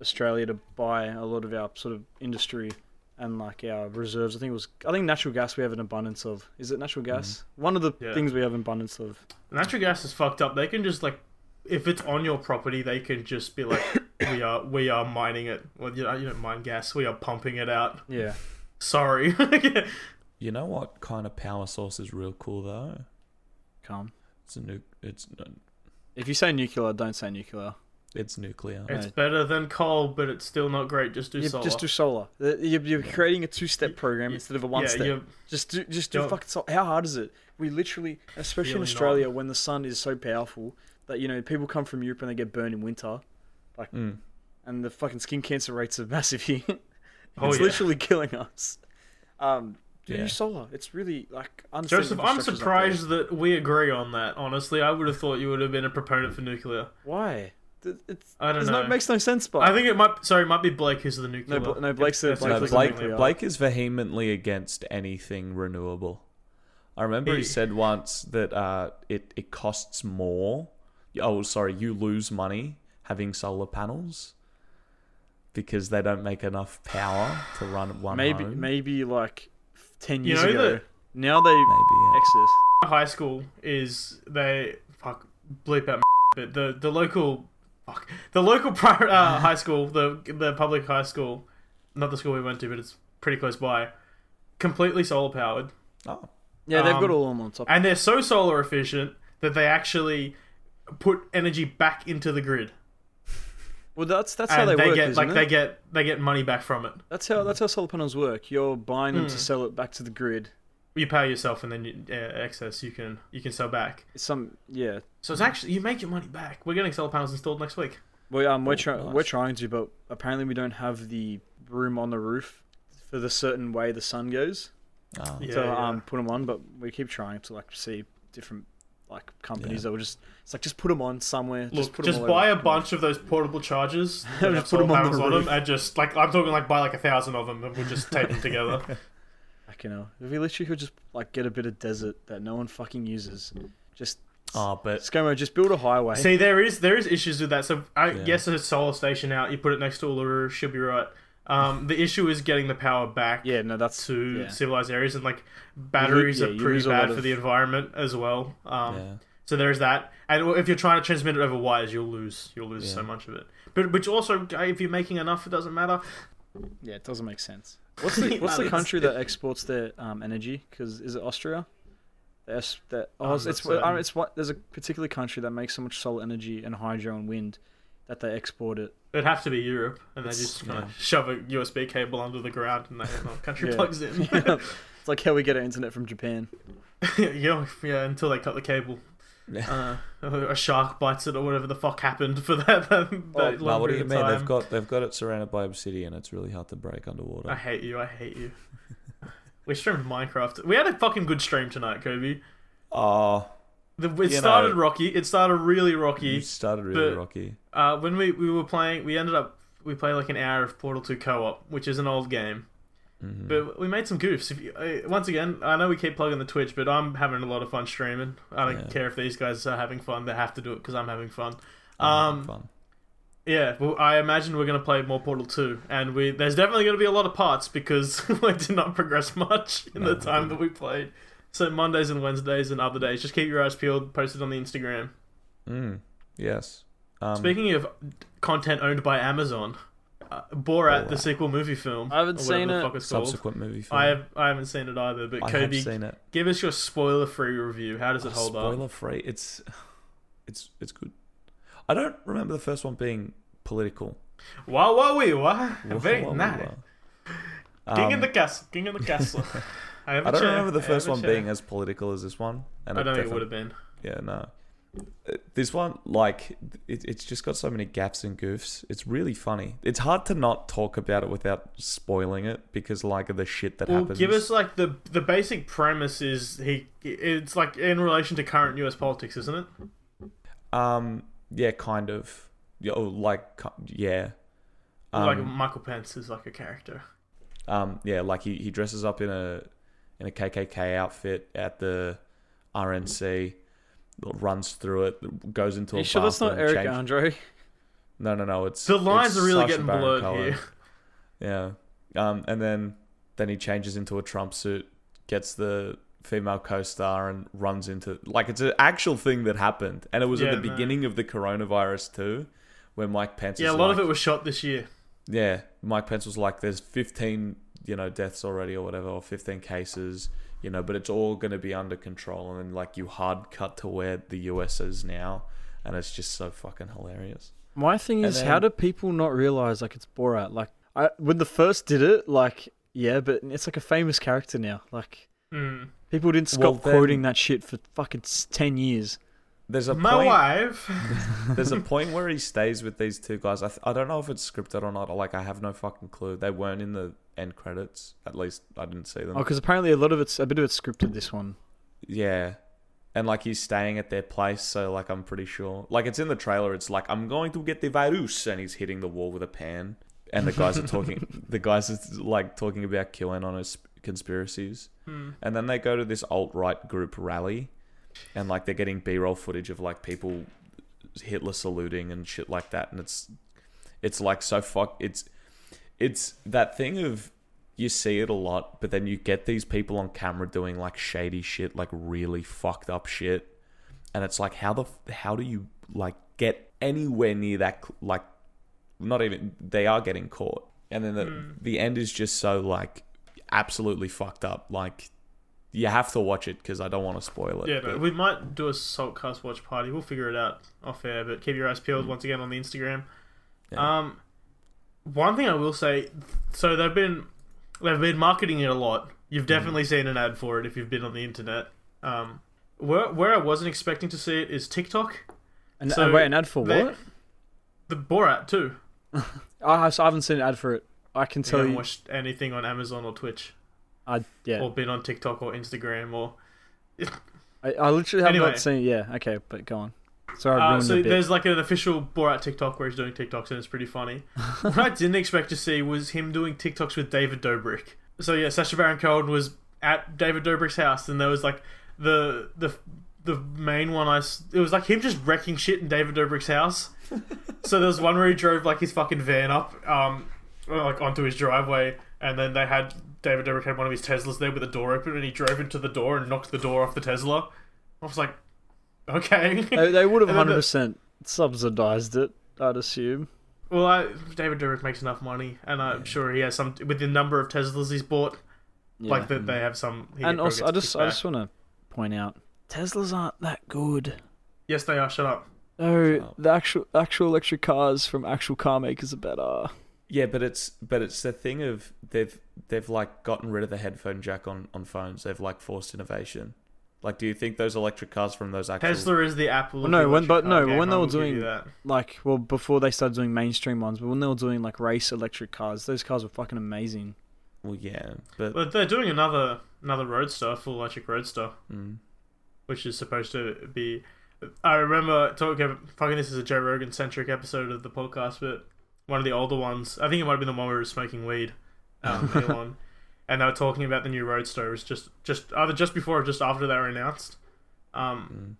Australia to buy a lot of our sort of industry and like our reserves. I think it was I think natural gas we have an abundance of. Is it natural
Mm-hmm.
gas? One of the
Yeah.
things we have an abundance of.
Natural gas is fucked up. They can just like, if it's on your property, they can just be like, we are we are mining it. Well, you, know, you don't mine gas. We are pumping it out.
Yeah.
Sorry. [laughs] yeah.
You know what kind of power source is real cool though?
Calm.
It's a nu- It's
If you say nuclear, don't say nuclear.
it's nuclear.
It's better than coal, but it's still not great. Just do
You
solar.
just do solar. Uh, You're, you're creating a two-step program instead of a
yeah,
one-step.
you-
Just do, just do
Don't-
fucking sol How hard is it? We literally, especially in
Really
Australia, when the sun is so powerful that you know people come from Europe and they get burned in winter, like,
Mm.
and the fucking skin cancer rates are [laughs] massive here. it's
Oh, yeah.
literally killing us. Um, do
Yeah.
solar. It's really like I understand
Joseph, I'm
infrastructure's not there.
surprised that we agree on that. Honestly, I would have thought you would have been a proponent for nuclear.
Why? Th- It's,
I don't
there's
know.
No, it makes no sense, but
I think it might. Sorry, it might be Blake who's the nuclear.
no, Bla- no, Blake's the
That's Like
Blake's
No,
the
Uh, Blake,
nuclear.
Blake is vehemently against anything renewable. I remember he,
He-
said once that uh, it it costs more. Oh, sorry, you lose money having solar panels because they don't make enough power to run one
Maybe
home.
maybe like ten
You
years
know
ago.
that-
Now they
Maybe, yeah.
excess.
high school is they fuck bleep out, [laughs] but the the local fuck the local [laughs] pri-
[laughs]
uh, high school, the the public high school, not the school we went to, but it's pretty close by, completely solar powered,
Oh,
Yeah, they've got
Um,
all of them on top.
and they're so solar efficient that they actually put energy back into the grid,
Well, that's that's how
and
they, work,
get
isn't
like
it?
they get they get money back from it.
That's how that's how solar panels work. You're buying
Hmm.
them to sell it back to the grid.
You power yourself, and then you, uh, excess you can you can sell back.
It's some yeah.
So it's actually you make your money back. We're getting solar panels installed next week.
We um we're
Oh,
trying
nice.
we're trying to, but apparently we don't have the room on the roof for the certain way the sun goes.
oh.
Yeah,
So
yeah.
um put them on, but we keep trying to like see different like companies that will just it's like just put them on somewhere. just
Look,
put
just,
'em all over
buy
the
a
fucking
bunch of those portable
[laughs]
chargers
Just
and have
put
solar
'em on the
panels on them,
roof.
and just like I'm talking like buy like a thousand of them, and we'll just
[laughs]
tape them together.
roof. Fucking hell. If we literally could just like get a bit of desert that no one fucking uses, just
Oh, but
ScoMo, just build a highway.
See, there is there is issues with that. So I
Yeah.
guess a solar station out, you put it next to Uluru, she'll be right. Um, the issue is getting the power back.
yeah, no, that's
To
yeah.
civilized areas and like batteries
yeah,
are
you
pretty
lose a
bad
lot
for
of-
the environment as well. Um,
yeah.
So there's that, and if you're trying to transmit it over wires, you'll lose you'll lose
Yeah.
so much of it. But which also, if you're making enough, it doesn't matter.
Yeah, it doesn't make sense.
[laughs]
What's the what's the
it's-
country that exports their um, energy? Because is it Austria? That's that. Oh, it's
not
it's, uh,
certain.
it's what there's a particular country that makes so much solar energy and hydro and wind that they export it.
It'd have to be Europe, and they
It's-
just kind
yeah.
of shove a USB cable under the ground, and that whole country
Yeah.
plugs
[laughs]
in.
[laughs]
[laughs]
it's like how we get our internet from Japan.
yeah, yeah, until they cut the cable. Uh, a shark bites it, or whatever the fuck happened for that. [laughs] that, that long
No, Oh, what do you
period
mean?
of
They've
time.
got they've got it surrounded by obsidian. It's really hard to break underwater.
I hate you. I hate you. [laughs] we streamed Minecraft. We had a fucking good stream tonight, Kobe.
Oh,
The, it
You
started
know-
rocky. It started really
you
rocky.
started really
but-
rocky.
Uh, when we, we were playing, we ended up we played like an hour of Portal Two co-op, which is an old game.
Mhm.
But we made some goofs. If you, uh, once again, I know we keep plugging the Twitch, but I'm having a lot of fun streaming. I don't
Yeah.
care if these guys are having fun; they have to do it because I'm having fun.
I'm having
um,
fun.
Yeah, well, I imagine we're going to play more Portal Two, and we there's definitely going to be a lot of parts because [laughs] we did not progress much in
No,
the
we
time that we played. So Mondays and Wednesdays and other days, just keep your eyes peeled. Post it on the Instagram.
Mm, yes. Um,
Speaking of content owned by Amazon, uh, Borat, the
Borat.
sequel movie film.
I haven't
or whatever
seen
the
it.
Fuck it's called.
subsequent movie film.
I have I haven't seen it either, but
I have
Kobe,
seen it.
give us your spoiler-free review. How does it hold up?
Spoiler free. It's it's it's good. I don't remember the first one being political.
Wow, wow, wee, wow.
Wha-
Very
[laughs] wha- wha-
nice.
wha.
King
Um,
in the castle. King in the
[laughs]
castle. I, have a
I don't
chair,
remember the
I have
first
a
one
chair.
being as political as this one. And
I don't think it
definitely-
would have been.
Yeah, no. Uh, This one, like, it, it's just got so many gaps and goofs. It's really funny. It's hard to not talk about it without spoiling it because, like, of the shit that
Well,
happens.
give us like the the basic premise is he. It's like in relation to current U.S. politics, isn't it?
Um, yeah, kind of. yeah, oh, like cu- yeah,
like
um,
Michael Pence is like a character.
um, yeah, like he, he dresses up in a in a KKK outfit at the RNC, runs through it, goes into
Are
a
you sure that's not
bathroom,
Eric
change-
Andre?
No, no, no. It's
The lines
it's
are really
Sacha
getting
Baron
blurred
Cohen.
here.
Yeah. Um, and then then he changes into a Trump suit, gets the female co-star, and runs into like it's an actual thing that happened, and it was
Yeah,
at the
no.
beginning of the coronavirus too, where Mike Pence.
Yeah, a
is
lot of
like-
it was shot this year.
Yeah, Mike Pence was like, "There's 15, you know, deaths already, or whatever, or 15 cases, you know, but it's all going to be under control." And then like you hard cut to where the US is now, and it's just so fucking hilarious.
My thing
And
is, how do
then-
people not realize like it's Borat? Like I, when the first did it, like yeah, but it's like a famous character now. Like
Mm.
people didn't stop
Well, then-
quoting that shit for fucking s- ten years.
There's a
My
point.
wife.
There's a point where he stays with these two guys. I, th- I don't know if it's scripted or not. Like I have no fucking clue. They weren't in the end credits. At least I didn't see them.
Oh, because apparently a lot of it's a bit of it's scripted. This one.
Yeah. And like he's staying at their place, so like I'm pretty sure. Like it's in the trailer, it's like I'm going to get the virus and he's hitting the wall with a pan. And the guys are talking the guys are like talking about QAnon as conspiracies. And then they go to this alt right group rally and like they're getting B roll footage of like people Hitler saluting and shit like that and it's it's like so fuck it's it's that thing of you see it a lot, but then you get these people on camera doing like shady shit, like really fucked up shit, and it's like how the f- how do you like get anywhere near that cl- like not even they are getting caught, and then the
Hmm.
the end is just so like absolutely fucked up. Like you have to watch it because I don't want to spoil it.
Yeah,
but-
no, we might do a Salt Cast watch party. We'll figure it out off air, but keep your eyes peeled once again on the Instagram.
Yeah.
Um, one thing I will say, so they've been they've been marketing it a lot. You've definitely seen an ad for it if you've been on the internet. Um, where where I wasn't expecting to see it is TikTok.
And,
So
and wait, an ad for
they-
what?
The Borat too.
I, I haven't seen an ad for it. I can
So
tell
you haven't
you.
watched anything on Amazon or Twitch,
I yeah.
or been on TikTok or Instagram, or
I, I literally have
Anyway.
not seen. Yeah. Okay, but go on. Sorry, I
Uh,
ruined
so
a bit.
there's like an official Borat TikTok where he's doing TikToks and it's pretty funny. what I didn't expect to see was him doing TikToks with David Dobrik. So yeah, Sacha Baron Cohen was at David Dobrik's house and there was like the the the main one I s- it was like him just wrecking shit in David Dobrik's house. so there was one where he drove like his fucking van up um like onto his driveway and then they had David Dobrik had one of his Teslas there with the door open and he drove into the door and knocked the door off the Tesla. I was like, okay.
They, they would have
and then the-
100% subsidized it, I'd assume.
Well, I, David Dobrik makes enough money, and I'm sure he has some with the number of Teslas he's bought. Like that, they have some. He
and
probably
also, I
gets
just,
kicked
I
back.
just want to point out Teslas aren't that good.
yes, they are. Shut up.
No, the actual actual electric cars from actual car makers are better.
Yeah, but it's but it's the thing of they've they've like gotten rid of the headphone jack on on phones. They've like forced innovation. Like, do you think those electric cars from those actual
Tesla is the Apple.
Well,
of
no,
the
when-
electric
but
car
no,
game,
when
I
they were
will give you
doing-
that.
Like, well, before they started doing mainstream ones, but when they were doing like race electric cars, those cars were fucking amazing.
Well, yeah, but
But they're doing another another Roadster, full electric Roadster,
mm,
which is supposed to be. I remember talking. Fucking, this is a Joe Rogan centric episode of the podcast, but one of the older ones. I think it might have been the one where he was smoking weed. Um, Elon, and they were talking about the new Roadster. It was just just either just before or just after they were announced.
mm,
Um,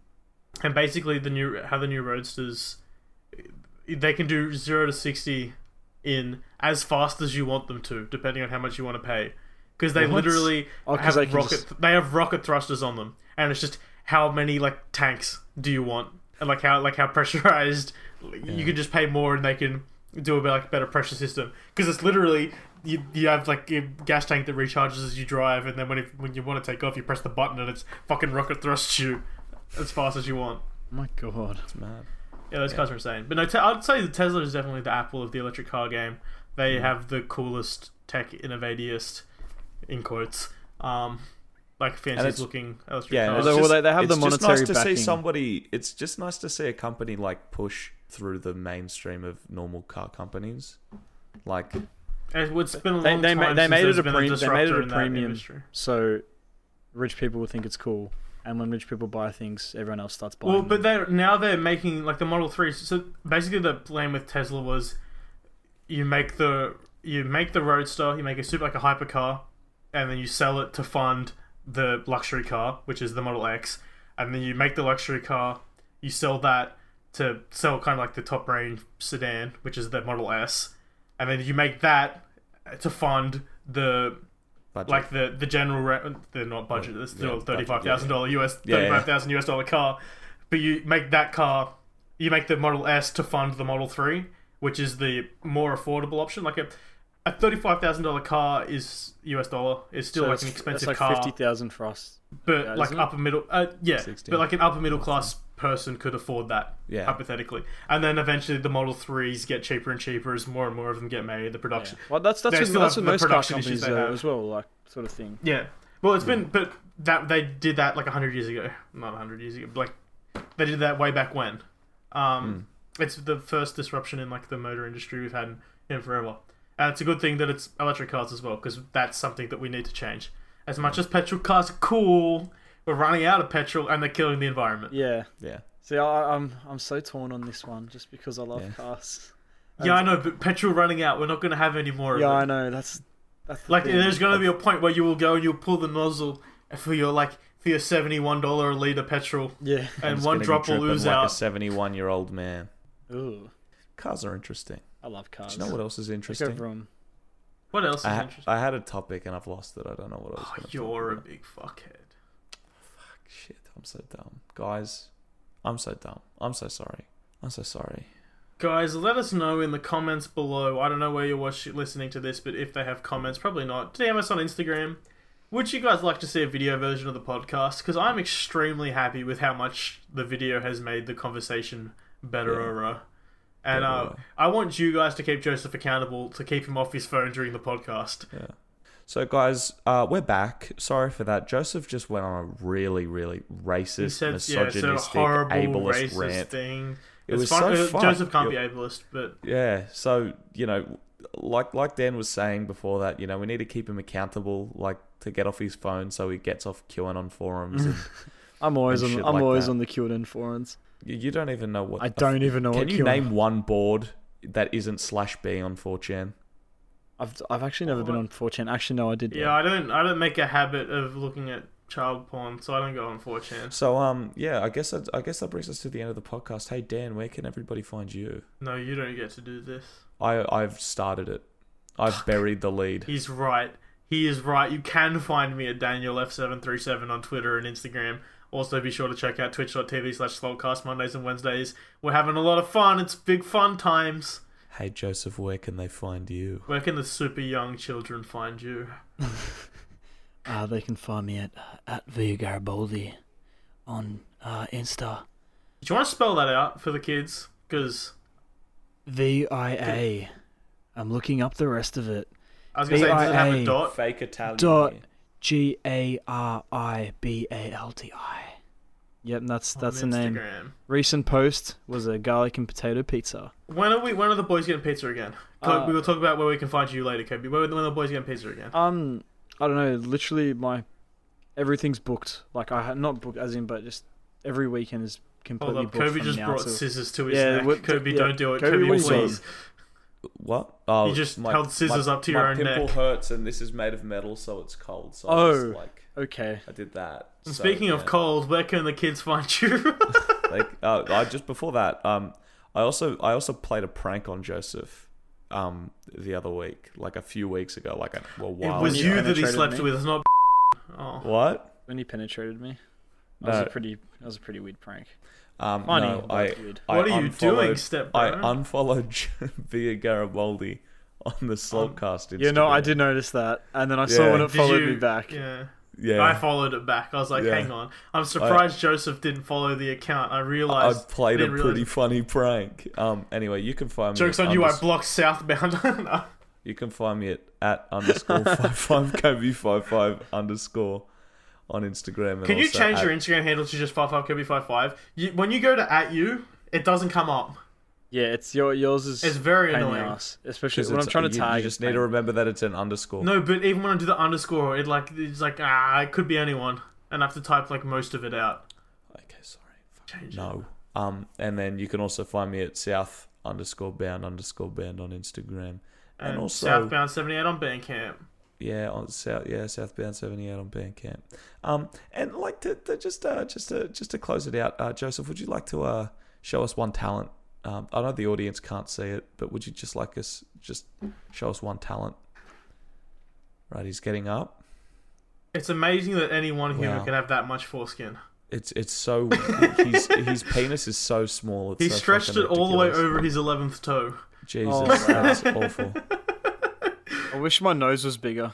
and basically the new how the new Roadsters they can do zero to sixty in as fast as you want them to, depending on how much you want to pay, because they
What?
literally
Oh, 'cause
have
they can
rocket.
just-
They have rocket thrusters on them, and it's just how many like tanks do you want, and like how like how pressurized you can just pay more, and they can do a bit, like better pressure system because it's literally you, you have like a gas tank that recharges as you drive, and then when it, when you want to take off, you press the button and it's fucking rocket thrusts you as fast as you want.
My God.
it's mad.
Yeah, those cars are insane. But no, te- I'd say the Tesla is definitely the Apple of the electric car game.
Mm.
They have the coolest tech, innovatiest, in quotes, um, like fanciest
it's-
looking electric
Yeah, and
cars.
it's
Although, well,
just-
they- they have the
it's just
monetary
nice to
backing.
see somebody. It's just nice to see a company like push through the mainstream of normal car companies. Like,
And it's been a
They-
long
they ma-
time
they
since
made it
there's
a
been
pre- they made it
disruptor
a
in that
premium.
industry.
So, rich people will think it's cool. and when rich people buy things, everyone else starts buying.
Well,
them.
but they're now they're making like the Model Three. So basically, the plan with Tesla was you make the you make the Roadster, you make a super like a hypercar, and then you sell it to fund the luxury car, which is the Model X, and then you make the luxury car, you sell that to sell kind of like the top range sedan, which is the Model S, and then you make that to fund the
Budget.
like the the general re- they're not budget it's still
yeah,
thirty
budget,
five thousand dollar US
Yeah,
thirty
yeah.
five thousand US dollar car, but you make that car you make the Model S to fund the Model Three, which is the more affordable option. Like a a thirty five thousand dollar car is US dollar is still
So
like
that's-
an expensive
that's like
car,
fifty thousand for us.
but
yeah,
like
isn't it?
upper middle uh, yeah,
16.
but like an upper middle class person could afford that
Yeah.
hypothetically, and then eventually the Model Threes get cheaper and cheaper as more and more of them get made. The
Yeah.
production
Well, that's that's
They
what,
still
that's
have
what
the
most car
production issues
companies
they
do
have.
as well, like sort of thing.
Yeah. Well, it's been, but that they did that like hundred years ago. Not hundred years ago. but, Like they did that way back when. Um, it's the first disruption in like the motor industry we've had in, in forever, and it's a good thing that it's electric cars as well because that's something that we need to change. As much as petrol cars are cool, we're running out of petrol and they're killing the environment.
Yeah.
yeah.
See, I, I'm I'm so torn on this one just because I love
Yeah.
cars.
Yeah, I know, but petrol running out, we're not going to have any more of
Yeah,
it.
I know. That's that's the
Like,
thing.
there's gonna be a point where you will go and you'll pull the nozzle for your like for your seventy-one dollar a liter petrol,
yeah.
[laughs] and
It's
one
gonna be
drop will
dripping
ooze
like
out.
a 71 year old man.
Ooh,
Cars are interesting.
I love cars.
Do you know what else
Let's
is
go
interesting?
from
What else is
I, ha-
interesting?
I had a topic and I've lost it. I don't know what I was
Oh,
going to
you're a big fuckhead.
Shit, I'm so dumb. Guys, I'm so dumb. I'm so sorry. I'm so sorry.
Guys, let us know in the comments below. I don't know where you're watching, listening to this, but if they have comments, probably not. DM us on Instagram. Would you guys like to see a video version of the podcast? Because I'm extremely happy with how much the video has made the conversation better. uh, And uh,
Better.
I want you guys to keep Joseph accountable to keep him off his phone during the podcast.
Yeah. So, guys, uh, we're back. Sorry for that. Joseph just went on a really, really
He
racist,
said, yeah,
misogynistic,
it's a horrible
ableist
racist
rant.
thing.
It
it's
was
fun.
so
uh,
fun.
Joseph can't
It-
be ableist, but
Yeah. So you know, like like Dan was saying before that, you know, we need to keep him accountable, like to get off his phone so he gets off QAnon
Mm.
forums. and
I'm always
and
on
shit
I'm
like
always
that.
on the QAnon forums.
you, you don't even know what.
I
the
don't even know
F- can
what QAnon.
you name one board that isn't slash B on 4chan?
I've I've actually never been on 4chan. Actually, no, I did.
Yeah, I don't. I don't make a habit of looking at child porn, so I don't go on 4chan.
So um, yeah, I guess that, I guess that brings us to the end of the podcast. Hey Dan, where can everybody find you?
No, you don't get to do this.
I I've started it. [laughs] I've buried the lead.
He's right. He is right. You can find me at Daniel F seven three seven on Twitter and Instagram. Also, be sure to check out twitch.tv slash slowcast Mondays and Wednesdays. We're having a lot of fun. It's big fun times.
Hey Joseph, where can they find you?
Where can the super young children find you?
Uh, they can find me at at Via Garibaldi on uh, Insta.
Do you want to spell that out for the kids? Because
VIA. I'm looking up the rest of it.
I was going to say, does it have a
VIA.
dot?
Fake Italian.
Dot G A R I B A L T I. Yep, and that's that's the
on
name.
Instagram.
Recent post was a garlic and potato pizza.
When are we? When are the boys getting pizza again?
Uh,
we will talk about where we can find you later, Kobe. When, when are the boys getting pizza again?
Um, I don't know. Literally, my everything's booked. Like I had not booked as in, but just every weekend is
Hold
completely
up,
booked.
Kobe
from
just
now
brought
till-
scissors to his
Yeah,
neck.
what-
Kobe,
yeah,
don't do it.
Kobe,
Kobe,
what are you
please.
What? Oh,
You just held scissors up to your own
pimple
neck.
hurts, and this is made of metal, so it's cold. So I
Oh.
just, like
Okay.
I did that. So,
Speaking of
yeah.
cold, where can the kids find you?
like uh, I, just before that, um, I also I also played a prank on Joseph, um, the other week, like a few weeks ago, like a well,
it
while
was
ago.
you that he
penetrated
slept
me.
with, it's not. Oh,
What?
When he penetrated me, that was a
No.
pretty that was a pretty weird prank.
Um,
Funny,
no,
but
I,
weird.
I
What are you doing,
unfollowed- I
stepbrother?
unfollowed [laughs] Via Garibaldi on the Slopcast.
You know, I
Instagram.
did notice that, and then I saw
Yeah.
when it
Did
followed
you-
me back.
Yeah.
Yeah,
I followed it back. I was like,
Yeah.
hang on. I'm surprised Joseph didn't follow the account. I
I
realized.
played a
didn't
pretty
realize-
funny prank. Um, anyway, you can find
Joke's
me.
on
at
you, I
unders-
blocked Southbound. [laughs] No.
You can find me at, at
[laughs]
underscore five five kobe five five underscore on Instagram. And
Can you
also
change
at-
your Instagram handle to just 55KB55? You, when you go to at you, it doesn't come up.
Yeah, it's your yours is
It's very
pain in the
annoying.
ass, especially
Because
when I'm
it's-
trying to
you,
tag.
You just need to remember that it's an underscore.
No, but even when I do the underscore, it like it's like ah, it could be anyone, and and I have to type like most of it out.
Okay, sorry. Fuck,
Change it.
No. Um, and then you can also find me at south underscore bound underscore band on Instagram, and,
And
also
Southbound 78 on Bandcamp.
yeah on south yeah southbound seventy eight on Bandcamp. Um, and like to, to just uh just to just to close it out, uh, Joseph, would you like to uh show us one talent? Um, I know the audience can't see it, but would you just like us just show us one talent? Right, he's getting up.
It's amazing that any one human
Wow.
can have that much foreskin.
It's it's so his his penis is so small. It's
He
so
stretched
fucking
it all the way
ridiculous.
over his 11th toe.
Jesus,
Oh, wow.
that's awful.
I wish my nose was bigger.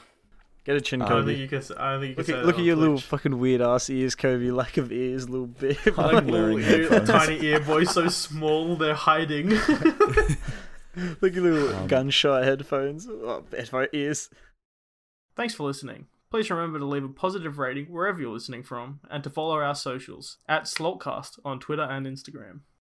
Get a chin,
Um,
I don't
Kobe.
think you can. I don't think you can
Look
say
at,
that
look at
on
your little
Twitch.
fucking weird ass ears, Kobe. [laughs] Lack of ears, little bit.
I'm
Like,
wearing
Dude, the
headphones.
tiny ear boy, so small they're hiding. [laughs]
look at little
Um,
gunshot headphones. Oh, headphone ears.
Thanks for listening. Please remember to leave a positive rating wherever you're listening from, and to follow our socials at Slotcast on Twitter and Instagram.